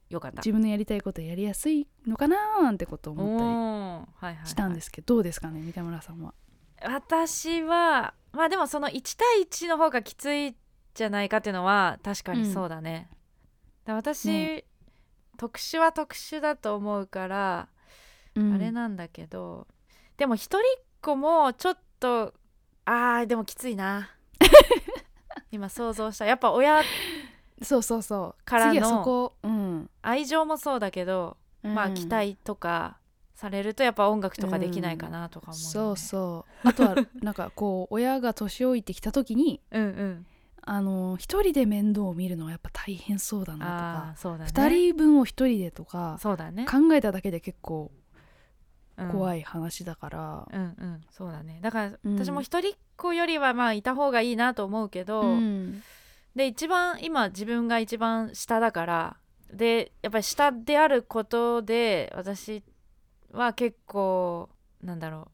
Speaker 2: よかった
Speaker 3: 自分のやりたいことやりやすいのかなーなんてことを思った
Speaker 2: おーはいはいはい
Speaker 3: りしたんですけど、どうですかね三田村さんは
Speaker 2: 私はまあでもその1対1の方がきついじゃないかっていうのは確かにそうだね。だ私、
Speaker 3: ね
Speaker 2: 特殊は特殊だと思うから、
Speaker 3: うん
Speaker 2: あれなんだけどでも一人っ子もちょっとあーでもきつい な今想像したやっぱ親
Speaker 3: そうそうそう
Speaker 2: からの
Speaker 3: 次はそこ、うん
Speaker 2: 愛情もそうだけど、まあ期待とかされるとやっぱ音楽とかできないかなとか思う、ね
Speaker 3: そうそうあとはなんかこう親が年老いてきた時に
Speaker 2: ううんうん
Speaker 3: あの一人で面倒を見るのはやっぱ大変そうだ
Speaker 2: あ
Speaker 3: な
Speaker 2: あそうだ
Speaker 3: と
Speaker 2: ね
Speaker 3: か二、人分を一人でとか
Speaker 2: そうだね
Speaker 3: 考えただけで結構
Speaker 2: い
Speaker 3: 怖い話だから、
Speaker 2: うんうん、そうだねだから
Speaker 3: うん
Speaker 2: 私も一人っ子よりはまあいた方がいいなと思うけど、
Speaker 3: うん
Speaker 2: で一番今自分が一番下だからでやっぱり下であることで私は結構なんだろ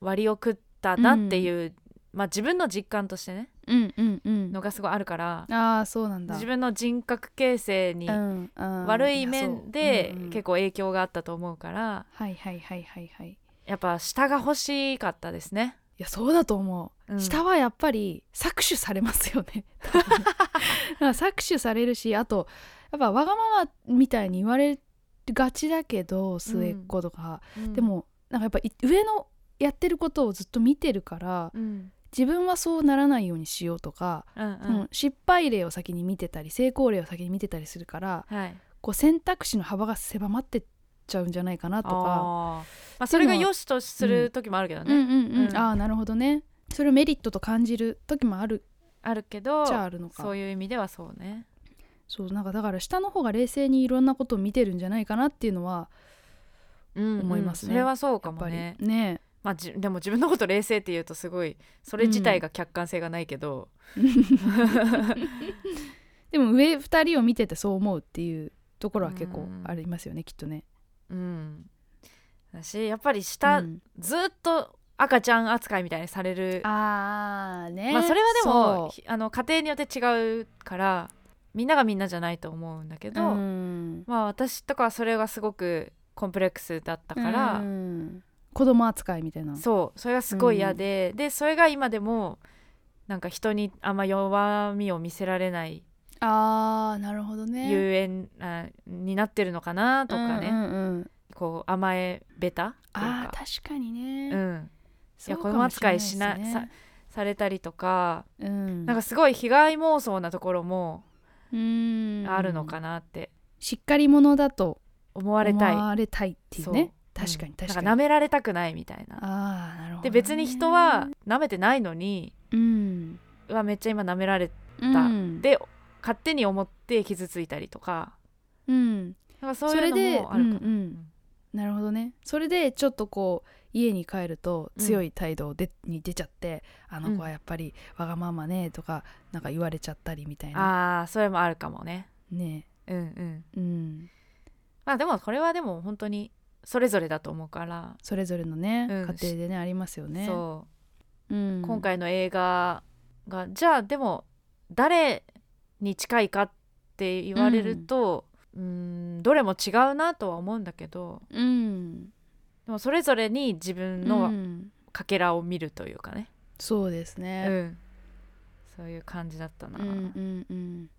Speaker 2: う割を食ったなっていう、まあ自分の実感としてね
Speaker 3: うんうんうん
Speaker 2: のがすごいあるから
Speaker 3: ああそうなんだ
Speaker 2: 自分の人格形成に
Speaker 3: うんうん
Speaker 2: 悪い面で
Speaker 3: いやそううんうん
Speaker 2: 結構影響があったと思うから
Speaker 3: はいはいはいはいはいい
Speaker 2: やっぱ下が欲しかったですね。
Speaker 3: やそうだと思う、
Speaker 2: うん
Speaker 3: 下はやっぱり搾取されますよ ね多分搾取されるしあとやっぱわがままみたいに言われがちだけど末っ子とか、
Speaker 2: うん
Speaker 3: で、もなんかやっぱい上のやってることをずっと見てるから
Speaker 2: うん
Speaker 3: 自分はそうならないようにしようとか、
Speaker 2: うん
Speaker 3: その失敗例を先に見てたり成功例を先に見てたりするから
Speaker 2: はい、
Speaker 3: こう選択肢の幅が狭まってっちゃうんじゃないかなとか。
Speaker 2: あーまあ、それが良しとする時もあるけどね、
Speaker 3: うんうんう
Speaker 2: う
Speaker 3: ん
Speaker 2: ん
Speaker 3: ああなるほどねそれをメリットと感じる時もある
Speaker 2: あるけど
Speaker 3: じゃああるのか
Speaker 2: そういう意味ではそうね
Speaker 3: そうなんかだから下の方が冷静にいろんなことを見てるんじゃないかなっていうのは
Speaker 2: うん
Speaker 3: 思いますね
Speaker 2: それはそうか
Speaker 3: やっ
Speaker 2: も
Speaker 3: ぱり
Speaker 2: ね
Speaker 3: ね
Speaker 2: まあじでも自分のこと冷静って言うとすごいそれ自体が客観性がないけど、
Speaker 3: でも上2人を見ててそう思うっていうところは結
Speaker 2: う
Speaker 3: 構
Speaker 2: ん
Speaker 3: ありますよね、きっとね。
Speaker 2: うんだしやっぱり下、
Speaker 3: うん
Speaker 2: ずっと赤ちゃん扱いみたいにされる
Speaker 3: あーね
Speaker 2: まあ、それはでも
Speaker 3: そ
Speaker 2: ひあの家庭によって違うからみんながみんなじゃないと思うんだけ
Speaker 3: う
Speaker 2: ど、
Speaker 3: うん
Speaker 2: まあ私とかはそれがすごくコンプレックスだったから、
Speaker 3: うん子供扱いみたいな
Speaker 2: そうそれがすごい嫌で、でそれが今でもなんか人にあんま弱みを見せられない
Speaker 3: あーなるほどね
Speaker 2: 遊園、あになってるのかなとかね、
Speaker 3: うんうんうん
Speaker 2: こう甘えベタという
Speaker 3: あ
Speaker 2: か
Speaker 3: ー確かにね、
Speaker 2: うん、い
Speaker 3: そう
Speaker 2: や
Speaker 3: か
Speaker 2: 子
Speaker 3: も
Speaker 2: 供扱いしな
Speaker 3: れですね
Speaker 2: さされたりとか、
Speaker 3: うん、
Speaker 2: なんかすごい被害妄想なところも
Speaker 3: うん
Speaker 2: あるのかなって
Speaker 3: しっかり者だと
Speaker 2: 思われたい、
Speaker 3: 思われたいっていうね
Speaker 2: そう
Speaker 3: 確
Speaker 2: う
Speaker 3: かに
Speaker 2: ん
Speaker 3: 確か
Speaker 2: な
Speaker 3: に
Speaker 2: んか舐められたくないみたいな
Speaker 3: ああなるほど、ね、
Speaker 2: で別に人は舐めてないのに
Speaker 3: うん
Speaker 2: うわめっちゃ今舐められ
Speaker 3: うん、
Speaker 2: て勝手に思って傷ついたりとか
Speaker 3: うん、
Speaker 2: なんかそう
Speaker 3: そ
Speaker 2: い
Speaker 3: れ
Speaker 2: う
Speaker 3: で
Speaker 2: のもあるか
Speaker 3: うんうんなるほどねそれでちょっとこう家に帰ると強い態度で、に出ちゃってあの子はやっぱりわがままねとかなんか言われちゃったりみたいな
Speaker 2: ああそれもあるかもね
Speaker 3: ね
Speaker 2: うんうん
Speaker 3: うん
Speaker 2: まあでもこれはでも本当にそれぞれだと思うから、
Speaker 3: それぞれのね、
Speaker 2: うん
Speaker 3: 家庭でねありますよね、
Speaker 2: そうう、
Speaker 3: ん
Speaker 2: 今回の映画がじゃあでも誰に近いかって言われるとうーんどれも違うなとは思うんだけど
Speaker 3: うん
Speaker 2: でもそれぞれに自分
Speaker 3: う
Speaker 2: の
Speaker 3: ん
Speaker 2: かけらを見るというかね、
Speaker 3: そうです
Speaker 2: うん
Speaker 3: ね、
Speaker 2: そういう感じだったな、
Speaker 3: うんうんうん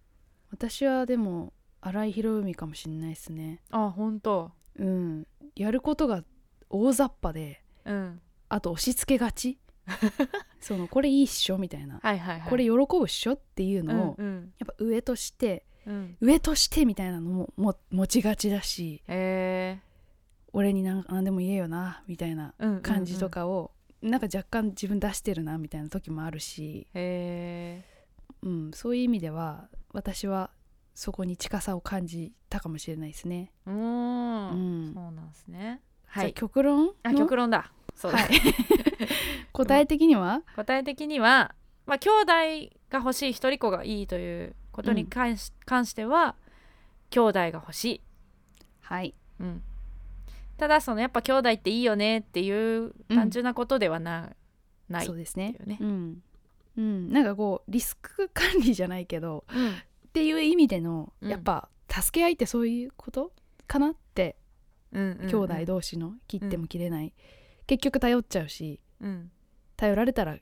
Speaker 3: 私はでも荒井博文かもしれないですね
Speaker 2: あ本当
Speaker 3: うんやることが大雑把で
Speaker 2: うん
Speaker 3: あと押し付けがちそのこれいいっしょみたいな、
Speaker 2: はいはいはい
Speaker 3: これ喜ぶっしょっていう
Speaker 2: うん
Speaker 3: のを、
Speaker 2: うん
Speaker 3: やっぱ上として
Speaker 2: うん
Speaker 3: 上としてみたいなのもも持ちがちだし
Speaker 2: え
Speaker 3: 俺になん何でも言えよなみたいな
Speaker 2: ーうんうんうん
Speaker 3: 感じとかを、なんか若干自分出してるなみたいな時もあるし、
Speaker 2: え
Speaker 3: うん、そういう意味では私はそこに近さを感じたかもしれないですね。
Speaker 2: ーうー
Speaker 3: うんん
Speaker 2: そうなんですね
Speaker 3: じ
Speaker 2: は
Speaker 3: ゃあ
Speaker 2: い
Speaker 3: 極論
Speaker 2: あ
Speaker 3: の
Speaker 2: 極論だそうだ、
Speaker 3: はい答え的には
Speaker 2: 答え的にはまあ兄弟が欲しい一人子がいいということに関し,、関しては兄弟が欲しい
Speaker 3: はい
Speaker 2: うん、ただそのやっぱ兄弟っていいよねっていう単純なことではな,、ない
Speaker 3: そうですね
Speaker 2: っていうね
Speaker 3: うんうん、なんかこうリスク管理じゃないけど
Speaker 2: うん
Speaker 3: っていう意味での、
Speaker 2: うん
Speaker 3: やっぱ助け合いってそういうことかなって、
Speaker 2: うんうんうん
Speaker 3: 兄弟同士の切っても切れない、結局頼っちゃうし
Speaker 2: うん
Speaker 3: 頼られたら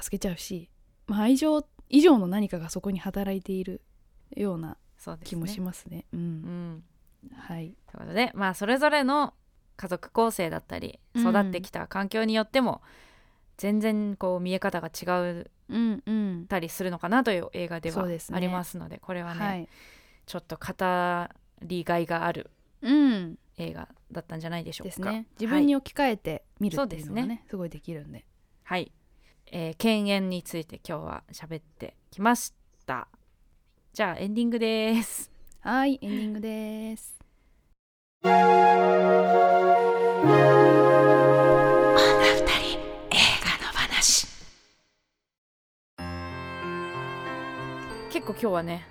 Speaker 3: 助けちゃうし、まあ、愛情以上の何かがそこに働いているような
Speaker 2: そうですね
Speaker 3: 気もしますね。うん
Speaker 2: うん
Speaker 3: はい、
Speaker 2: ということでまあそれぞれの家族構成だったり
Speaker 3: うん
Speaker 2: 育ってきた環境によっても、全然こう見え方が違う
Speaker 3: うんうん
Speaker 2: たりするのかなという映画で
Speaker 3: そ
Speaker 2: は
Speaker 3: うですね
Speaker 2: ありますのでこれはね、
Speaker 3: はい
Speaker 2: ちょっと語りがいがある
Speaker 3: うん、
Speaker 2: 映画だったんじゃないでしょ
Speaker 3: で
Speaker 2: う
Speaker 3: す
Speaker 2: か。
Speaker 3: ね自分に置き換えて見るっていうのが
Speaker 2: そう
Speaker 3: ね,、
Speaker 2: です
Speaker 3: すごいできるんで
Speaker 2: はい、えー、犬猿について今日は喋ってきましたじゃあエンディングです
Speaker 3: はいエンディングです
Speaker 2: 結構今日はね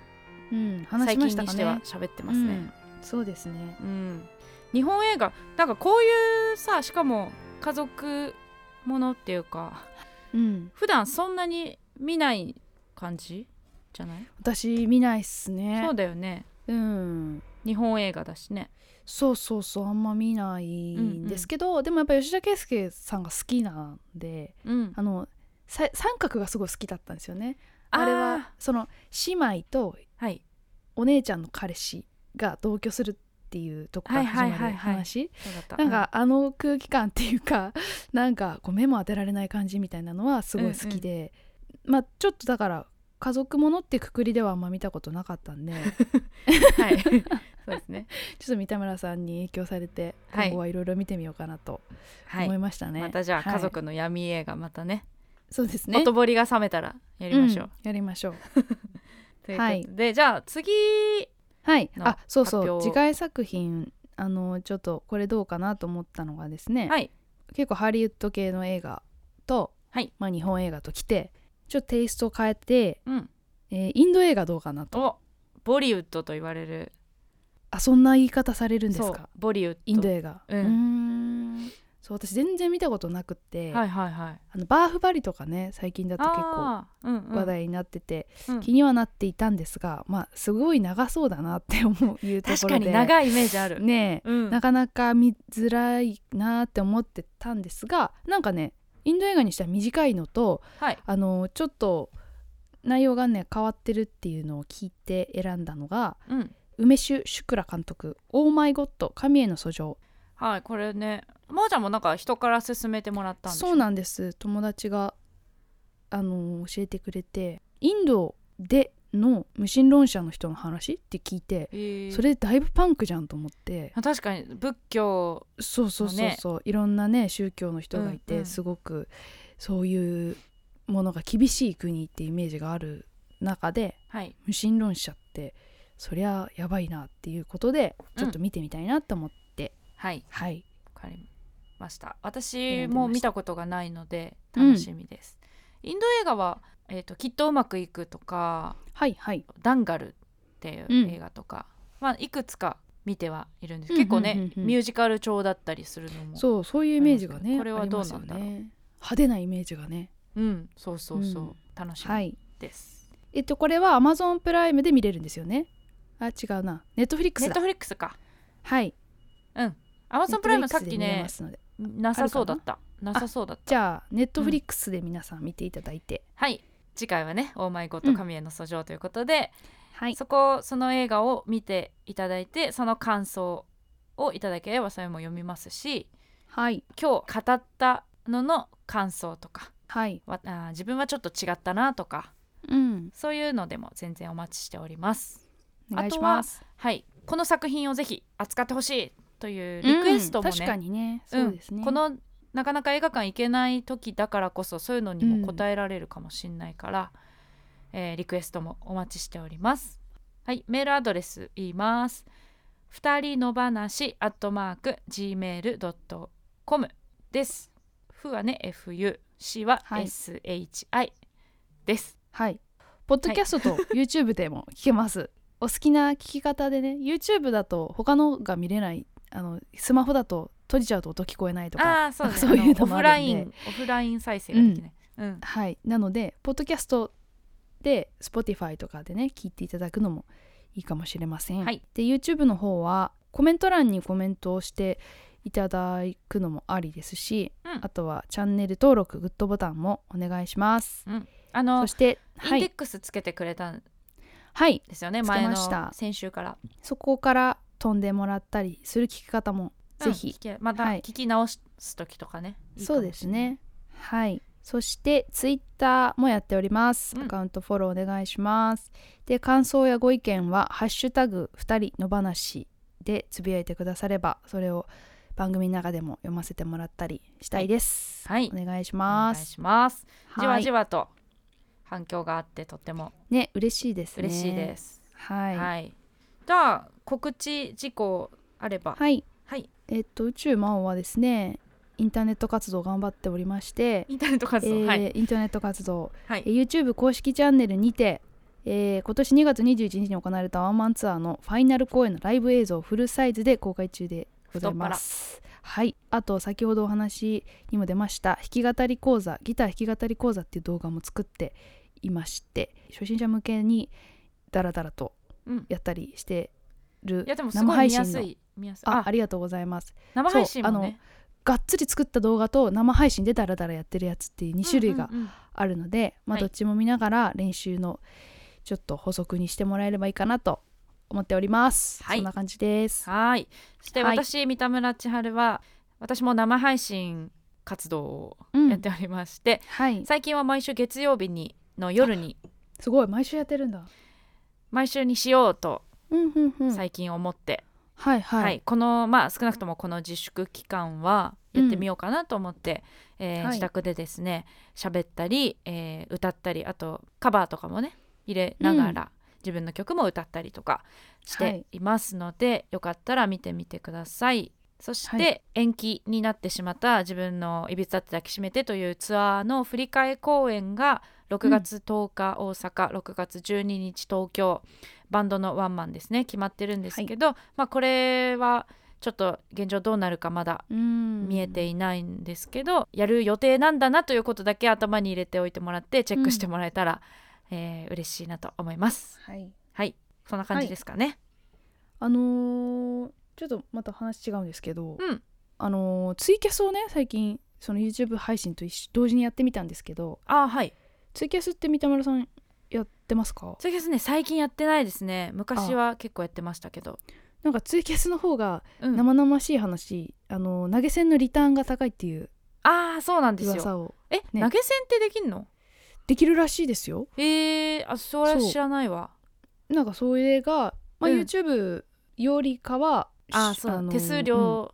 Speaker 3: うん話しましたか
Speaker 2: 最近
Speaker 3: ね
Speaker 2: にしては喋ってますね
Speaker 3: そうですね
Speaker 2: うん、日本映画なんかこういうさしかも家族ものっていうか
Speaker 3: うん
Speaker 2: 普段そんなに見ない感じじゃない、
Speaker 3: 私見ないっすね
Speaker 2: そうだよね
Speaker 3: うん
Speaker 2: 日本映画だしね
Speaker 3: そうそうそうあんま見ないんですけど、でもやっぱ吉田圭佑さんが好きなんで
Speaker 2: うん
Speaker 3: あのさ三角がすごい好きだったんですよねあれはその姉妹と
Speaker 2: あーはい
Speaker 3: お姉ちゃんの彼氏が同居するっていうとこから始ま
Speaker 2: はいは
Speaker 3: る話、
Speaker 2: いはいはいそうだった
Speaker 3: なんかあの空気感っていうか なんかこう目も当てられない感じみたいなのはすごい好きで、まあちょっとだから家族ものってくくりではあんま見たことなかった んで
Speaker 2: うんはい そうですね
Speaker 3: ちょっと三田村さんに影響されて
Speaker 2: はい
Speaker 3: 今後はいろいろ見てみようかなと
Speaker 2: はい
Speaker 3: 思いましたね。
Speaker 2: またじゃあ
Speaker 3: はい
Speaker 2: 家族の闇映画またね、
Speaker 3: そうです
Speaker 2: ほ
Speaker 3: ね。
Speaker 2: とぼりが冷めたらやりましょう。
Speaker 3: んやりましょう。
Speaker 2: ということで、じゃあ次
Speaker 3: はい。
Speaker 2: の
Speaker 3: あ、そう
Speaker 2: 発
Speaker 3: そう。
Speaker 2: 表を
Speaker 3: 次回作品あのちょっとこれどうかなと思ったのがですね、
Speaker 2: はい
Speaker 3: 結構ハリウッド系の映画と、
Speaker 2: はい
Speaker 3: まあ日本映画ときて、ちょっとテイストを変えて、
Speaker 2: うん
Speaker 3: えーインド映画どうかなと。
Speaker 2: おボリウッドと言われる
Speaker 3: あ、そんな言い方されるんです
Speaker 2: そう
Speaker 3: か。
Speaker 2: ボリウッド
Speaker 3: インド映画。
Speaker 2: うん
Speaker 3: ーんそう私全然見たことなくって、
Speaker 2: はいはいはい
Speaker 3: あのバーフバリとかね最近だと結構
Speaker 2: あーうんうん
Speaker 3: 話題になってて、
Speaker 2: うん
Speaker 3: 気にはなっていたんですが、まあすごい長そうだなって思ういうところで
Speaker 2: 確かに長いイメージある、
Speaker 3: ねえ、
Speaker 2: うん
Speaker 3: なかなか見づらいなって思ってたんですがなんかねインド映画にしては短いのと
Speaker 2: はい
Speaker 3: あのちょっと内容がね変わってるっていうのを聞いて選んだのが
Speaker 2: うん
Speaker 3: 梅酒シュクラ監督「オーマイ・ゴッド神への訴状
Speaker 2: はいこれねまーちゃんもなんか人から勧めてもらった」んでしょ
Speaker 3: そうなんです友達があの教えてくれてインドでの無神論者の人の話って聞いて、
Speaker 2: へー
Speaker 3: それだいぶパンクじゃんと思って
Speaker 2: あ確かに仏教
Speaker 3: そうそうそうそう、いろんなね宗教の人がいて、
Speaker 2: うんうん
Speaker 3: すごくそういうものが厳しい国ってイメージがある中で
Speaker 2: はい
Speaker 3: 無神論者ってそりゃやばいなっていうことで
Speaker 2: うん
Speaker 3: ちょっと見てみたいなと思って、
Speaker 2: はい
Speaker 3: はい
Speaker 2: わかりました
Speaker 3: 選
Speaker 2: 私
Speaker 3: んでました
Speaker 2: も見たことがないので
Speaker 3: うん
Speaker 2: 楽しみです、インド映画は、えーと「きっとうまくいく」とか
Speaker 3: はいはい
Speaker 2: 「ダンガル」っていう
Speaker 3: うん
Speaker 2: 映画とか、まあ、いくつか見てはいるんです
Speaker 3: うんうん
Speaker 2: 結構ね、
Speaker 3: うんうん
Speaker 2: ミュージカル調だったりするのもう、
Speaker 3: そうそういうイメージがね
Speaker 2: これはどうなんだろう
Speaker 3: ありますよね派手なイメージがね
Speaker 2: ん、そうそうそう、
Speaker 3: うん
Speaker 2: 楽し
Speaker 3: は
Speaker 2: み
Speaker 3: い
Speaker 2: です
Speaker 3: えっとこれは Amazon プライムで見れるんですよねあ違うなネットフリック
Speaker 2: ネ
Speaker 3: ス
Speaker 2: ッ
Speaker 3: だ
Speaker 2: トフリックスか
Speaker 3: はい
Speaker 2: うんア
Speaker 3: ア
Speaker 2: マゾンプライムさっきねなさそうだったなさそうだった
Speaker 3: じゃあネットフリックスで皆さん見ていただいて、
Speaker 2: はい次回はね「オーマイゴッド神への訴状」ということで、
Speaker 3: はい
Speaker 2: そこその映画を見ていただいてその感想をいただければそれも読みますし
Speaker 3: はい
Speaker 2: 今日語ったのの感想とか
Speaker 3: はい、
Speaker 2: わあー自分はちょっと違ったなとか
Speaker 3: うん、
Speaker 2: そういうのでも全然お待ちしております
Speaker 3: お願いします。
Speaker 2: はいこの作品をぜひ扱ってほしいというリクエストも
Speaker 3: うん確
Speaker 2: ね、
Speaker 3: かにね、
Speaker 2: うん
Speaker 3: そうですね。
Speaker 2: このなかなか映画館行けない時だからこそそういうのにも応えられるかもしれないから、えーリクエストもお待ちしておりますはいメールアドレス言います二人の話アットマーク gmail.com ですふはね fu c は
Speaker 3: はい
Speaker 2: shi です、
Speaker 3: はい、ポッドキャスト と YouTube でも聞けます。お好きな聞き方でね、YouTube だと他のが見れない、あのスマホだと閉じちゃうと音聞こえないとか、
Speaker 2: ああーそう,、ね、
Speaker 3: そういうの
Speaker 2: あの
Speaker 3: も
Speaker 2: オフ
Speaker 3: ある
Speaker 2: ラ
Speaker 3: ん
Speaker 2: イ
Speaker 3: で
Speaker 2: ンオフライン再生ができない、うん
Speaker 3: はい、なのでポッドキャストで Spotify とかでね聞いていただくのもいいかもしれません、
Speaker 2: はい
Speaker 3: で YouTube の方はコメント欄にコメントをしていただくのもありですし、
Speaker 2: うん
Speaker 3: あとはチャンネル登録グッドボタンもお願いします
Speaker 2: あの
Speaker 3: そしては
Speaker 2: インデ
Speaker 3: い
Speaker 2: ッ、クスつけてくれたん
Speaker 3: はい、
Speaker 2: ですよね、
Speaker 3: つけ
Speaker 2: 前
Speaker 3: ました
Speaker 2: の先週から
Speaker 3: そこから飛んでもらったりする聞き方もぜ
Speaker 2: うん
Speaker 3: ひ
Speaker 2: 聞、けまた
Speaker 3: はい
Speaker 2: 聞き直す時とかね、いいかも
Speaker 3: そ
Speaker 2: しれ
Speaker 3: うで
Speaker 2: ない
Speaker 3: すねはいそしてツイッターもやっております、
Speaker 2: うん
Speaker 3: アカウントフォローお願いしますで感想やご意見は「ハッシュタグ二人の話」でつぶやいてくださればそれを番組の中でも読ませてもらったりしたいです、
Speaker 2: はい
Speaker 3: お願いし
Speaker 2: お願
Speaker 3: ま
Speaker 2: い
Speaker 3: す
Speaker 2: しますじわじ
Speaker 3: わ
Speaker 2: わと反響があってとっても
Speaker 3: ね嬉しいですね
Speaker 2: 嬉しいですす、
Speaker 3: は
Speaker 2: はいい、
Speaker 3: はい、
Speaker 2: じゃあ告知事項あればはい、
Speaker 3: えっと宇宙魔王はですねインターネット活動頑張っておりまして
Speaker 2: インターネット活
Speaker 3: え
Speaker 2: 動、
Speaker 3: ー
Speaker 2: はい、
Speaker 3: インターネット活動
Speaker 2: は
Speaker 3: え
Speaker 2: い、
Speaker 3: ー YouTube 公式チャンネルにて、えー今年2月21日に行われたワンマンツアーのファイナル公演のライブ映像をフルサイズで公開中でございます。はい、あと先ほどお話にも出ました弾き語り講座ギター弾き語り講座っていう動画も作っていまして初心者向けにダラダラと
Speaker 2: うん、い
Speaker 3: やったりしてる
Speaker 2: やでもす
Speaker 3: 生
Speaker 2: ごい
Speaker 3: 配
Speaker 2: 見や
Speaker 3: 信
Speaker 2: す
Speaker 3: の
Speaker 2: い見やすい
Speaker 3: あ
Speaker 2: あ
Speaker 3: ありがとうございます
Speaker 2: 生配信もね
Speaker 3: がっつり作った動画と生配信でダラダラやってるやつっていう2種類が
Speaker 2: うんうんうん
Speaker 3: あるので、ま
Speaker 2: は
Speaker 3: あ、
Speaker 2: い
Speaker 3: どっちも見ながら練習のちょっと補足にしてもらえればいいかなと思っております。
Speaker 2: はい
Speaker 3: そんな感じです。
Speaker 2: はいそして
Speaker 3: はい
Speaker 2: 私、三田村千春は私も生配信活動を
Speaker 3: うん
Speaker 2: やっておりまして、
Speaker 3: はい、
Speaker 2: 最近は毎週月曜日にの夜に
Speaker 3: すごい毎週やってるんだ。
Speaker 2: 毎週にしようと
Speaker 3: うんうんうん。はい
Speaker 2: 最近思って、
Speaker 3: はい。
Speaker 2: はいこのまあ少なくともこの自粛期間はやってみようかなと思って、えー
Speaker 3: はい
Speaker 2: 自宅でですね喋ったり、えー歌ったりあとカバーとかもね入れながら、自分の曲も歌ったりとかし
Speaker 3: は
Speaker 2: て
Speaker 3: い
Speaker 2: いますので、よかったら見てみてください。そして、
Speaker 3: は
Speaker 2: 延期になってしまった自分の「いびつだって抱きしめて」というツアーの振り替え公演が6月10日大阪、6月12日東京バンドのワンマンですね決まってるんですけど、まあこれはちょっと現状どうなるかまだ
Speaker 3: うん。
Speaker 2: 見えていないんですけど、やる予定なんだなということだけ頭に入れておいてもらってチェックしてもらえたら、えー嬉しいなと思います。
Speaker 3: はい。
Speaker 2: はいそんな感じですかね。
Speaker 3: あのーちょっとまた話違うんですけど、
Speaker 2: うん
Speaker 3: あのーツイキャスをね最近その YouTube 配信と一緒同時にやってみたんですけど、
Speaker 2: あーはい
Speaker 3: ツイキャスって三田村さんやってますか？
Speaker 2: そうですね最近やってないですね昔は結構やってましたけど、
Speaker 3: なんかツイキャスの方が
Speaker 2: うん、あ
Speaker 3: 生々しい話、あのー投げ銭のリターンが高いっていう
Speaker 2: あーそうなんですよ。
Speaker 3: 噂を
Speaker 2: え、
Speaker 3: ね
Speaker 2: 投げ銭ってできんの
Speaker 3: できるらしいですよ
Speaker 2: えー、あそれは
Speaker 3: そう
Speaker 2: 知らないわ。
Speaker 3: なんかそれが、まあ、
Speaker 2: うん
Speaker 3: YouTube よりかは、
Speaker 2: あーそう、
Speaker 3: の
Speaker 2: 手数
Speaker 3: うん
Speaker 2: 料、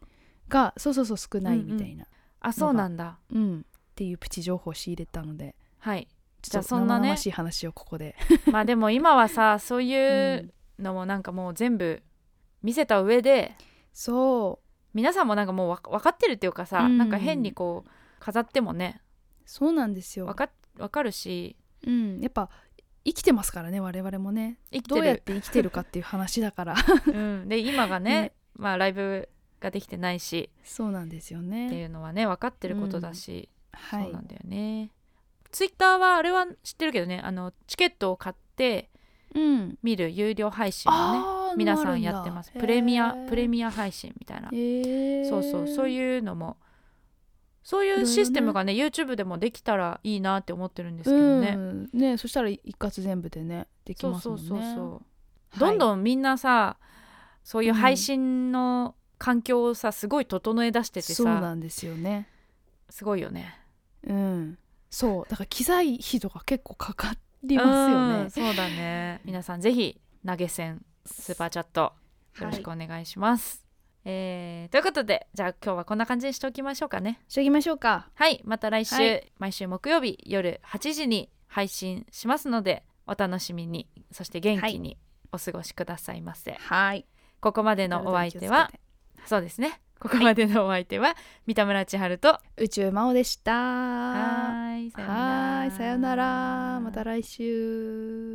Speaker 3: がそうそうそう少ないみたいな、
Speaker 2: あそうなんだ
Speaker 3: うんっていうプチ情報を仕入れたので
Speaker 2: はい
Speaker 3: ちょっ
Speaker 2: じゃ
Speaker 3: と
Speaker 2: あそんな
Speaker 3: 生
Speaker 2: ね
Speaker 3: 々しい話をここで、
Speaker 2: まあでも今はさそういううんのもなんかもう全部見せた上で
Speaker 3: そう
Speaker 2: 皆さんもなんかもうわ分かってるっていうかさ、
Speaker 3: うん
Speaker 2: なんか変にこう飾ってもね
Speaker 3: そうなんですよ
Speaker 2: 分、かわかるし
Speaker 3: うん、やっぱ生きてますからね我々もね
Speaker 2: 生き
Speaker 3: ど
Speaker 2: て
Speaker 3: うやっ
Speaker 2: る
Speaker 3: て生きてるかっていう話 だから
Speaker 2: うん、で今がね
Speaker 3: ね
Speaker 2: まあライブができてないし
Speaker 3: そうなんですよ
Speaker 2: って
Speaker 3: ね
Speaker 2: いうのはね分かってることだし、
Speaker 3: はい
Speaker 2: そうなんだよねツイッターはあれは知ってるけどねあのチケットを買って
Speaker 3: うん
Speaker 2: 見る有料配信もね
Speaker 3: あー
Speaker 2: 皆さんやってますプレミアプレミア配信みたいな
Speaker 3: アへー
Speaker 2: そうそうそういうのもそうい
Speaker 3: いろいろ
Speaker 2: う
Speaker 3: ね
Speaker 2: システムがね YouTube でもできたらいいなって思ってるんですけどね、
Speaker 3: うんねそしたら一括全部でねでき
Speaker 2: そう
Speaker 3: ます
Speaker 2: そ
Speaker 3: も
Speaker 2: うん
Speaker 3: ね
Speaker 2: そうそう、
Speaker 3: はい
Speaker 2: どんどんみんなさそういう
Speaker 3: うん
Speaker 2: 配信の環境をさすごい整え出してて
Speaker 3: そうな
Speaker 2: さ
Speaker 3: んですよね
Speaker 2: すごいよね
Speaker 3: うんそうだから機材費とか結構かかりますよ
Speaker 2: うん
Speaker 3: ね
Speaker 2: そうだね皆さんぜひ投げ銭スーパーチャットよろしくお願いします、えーということでじゃあ今日はこんな感じにしておきましょうかね
Speaker 3: しておきましょうか
Speaker 2: はいまた来週、
Speaker 3: はい
Speaker 2: 毎週木曜日夜8時に配信しますのでお楽しみにそして元気にお過ごしくださいませ、
Speaker 3: はい
Speaker 2: ここまでのお相手はそうですねここまでのお相手は、三田村千春と
Speaker 3: 宇宙魔王でした
Speaker 2: はーい
Speaker 3: はーいさよならまた
Speaker 2: 来
Speaker 3: 来週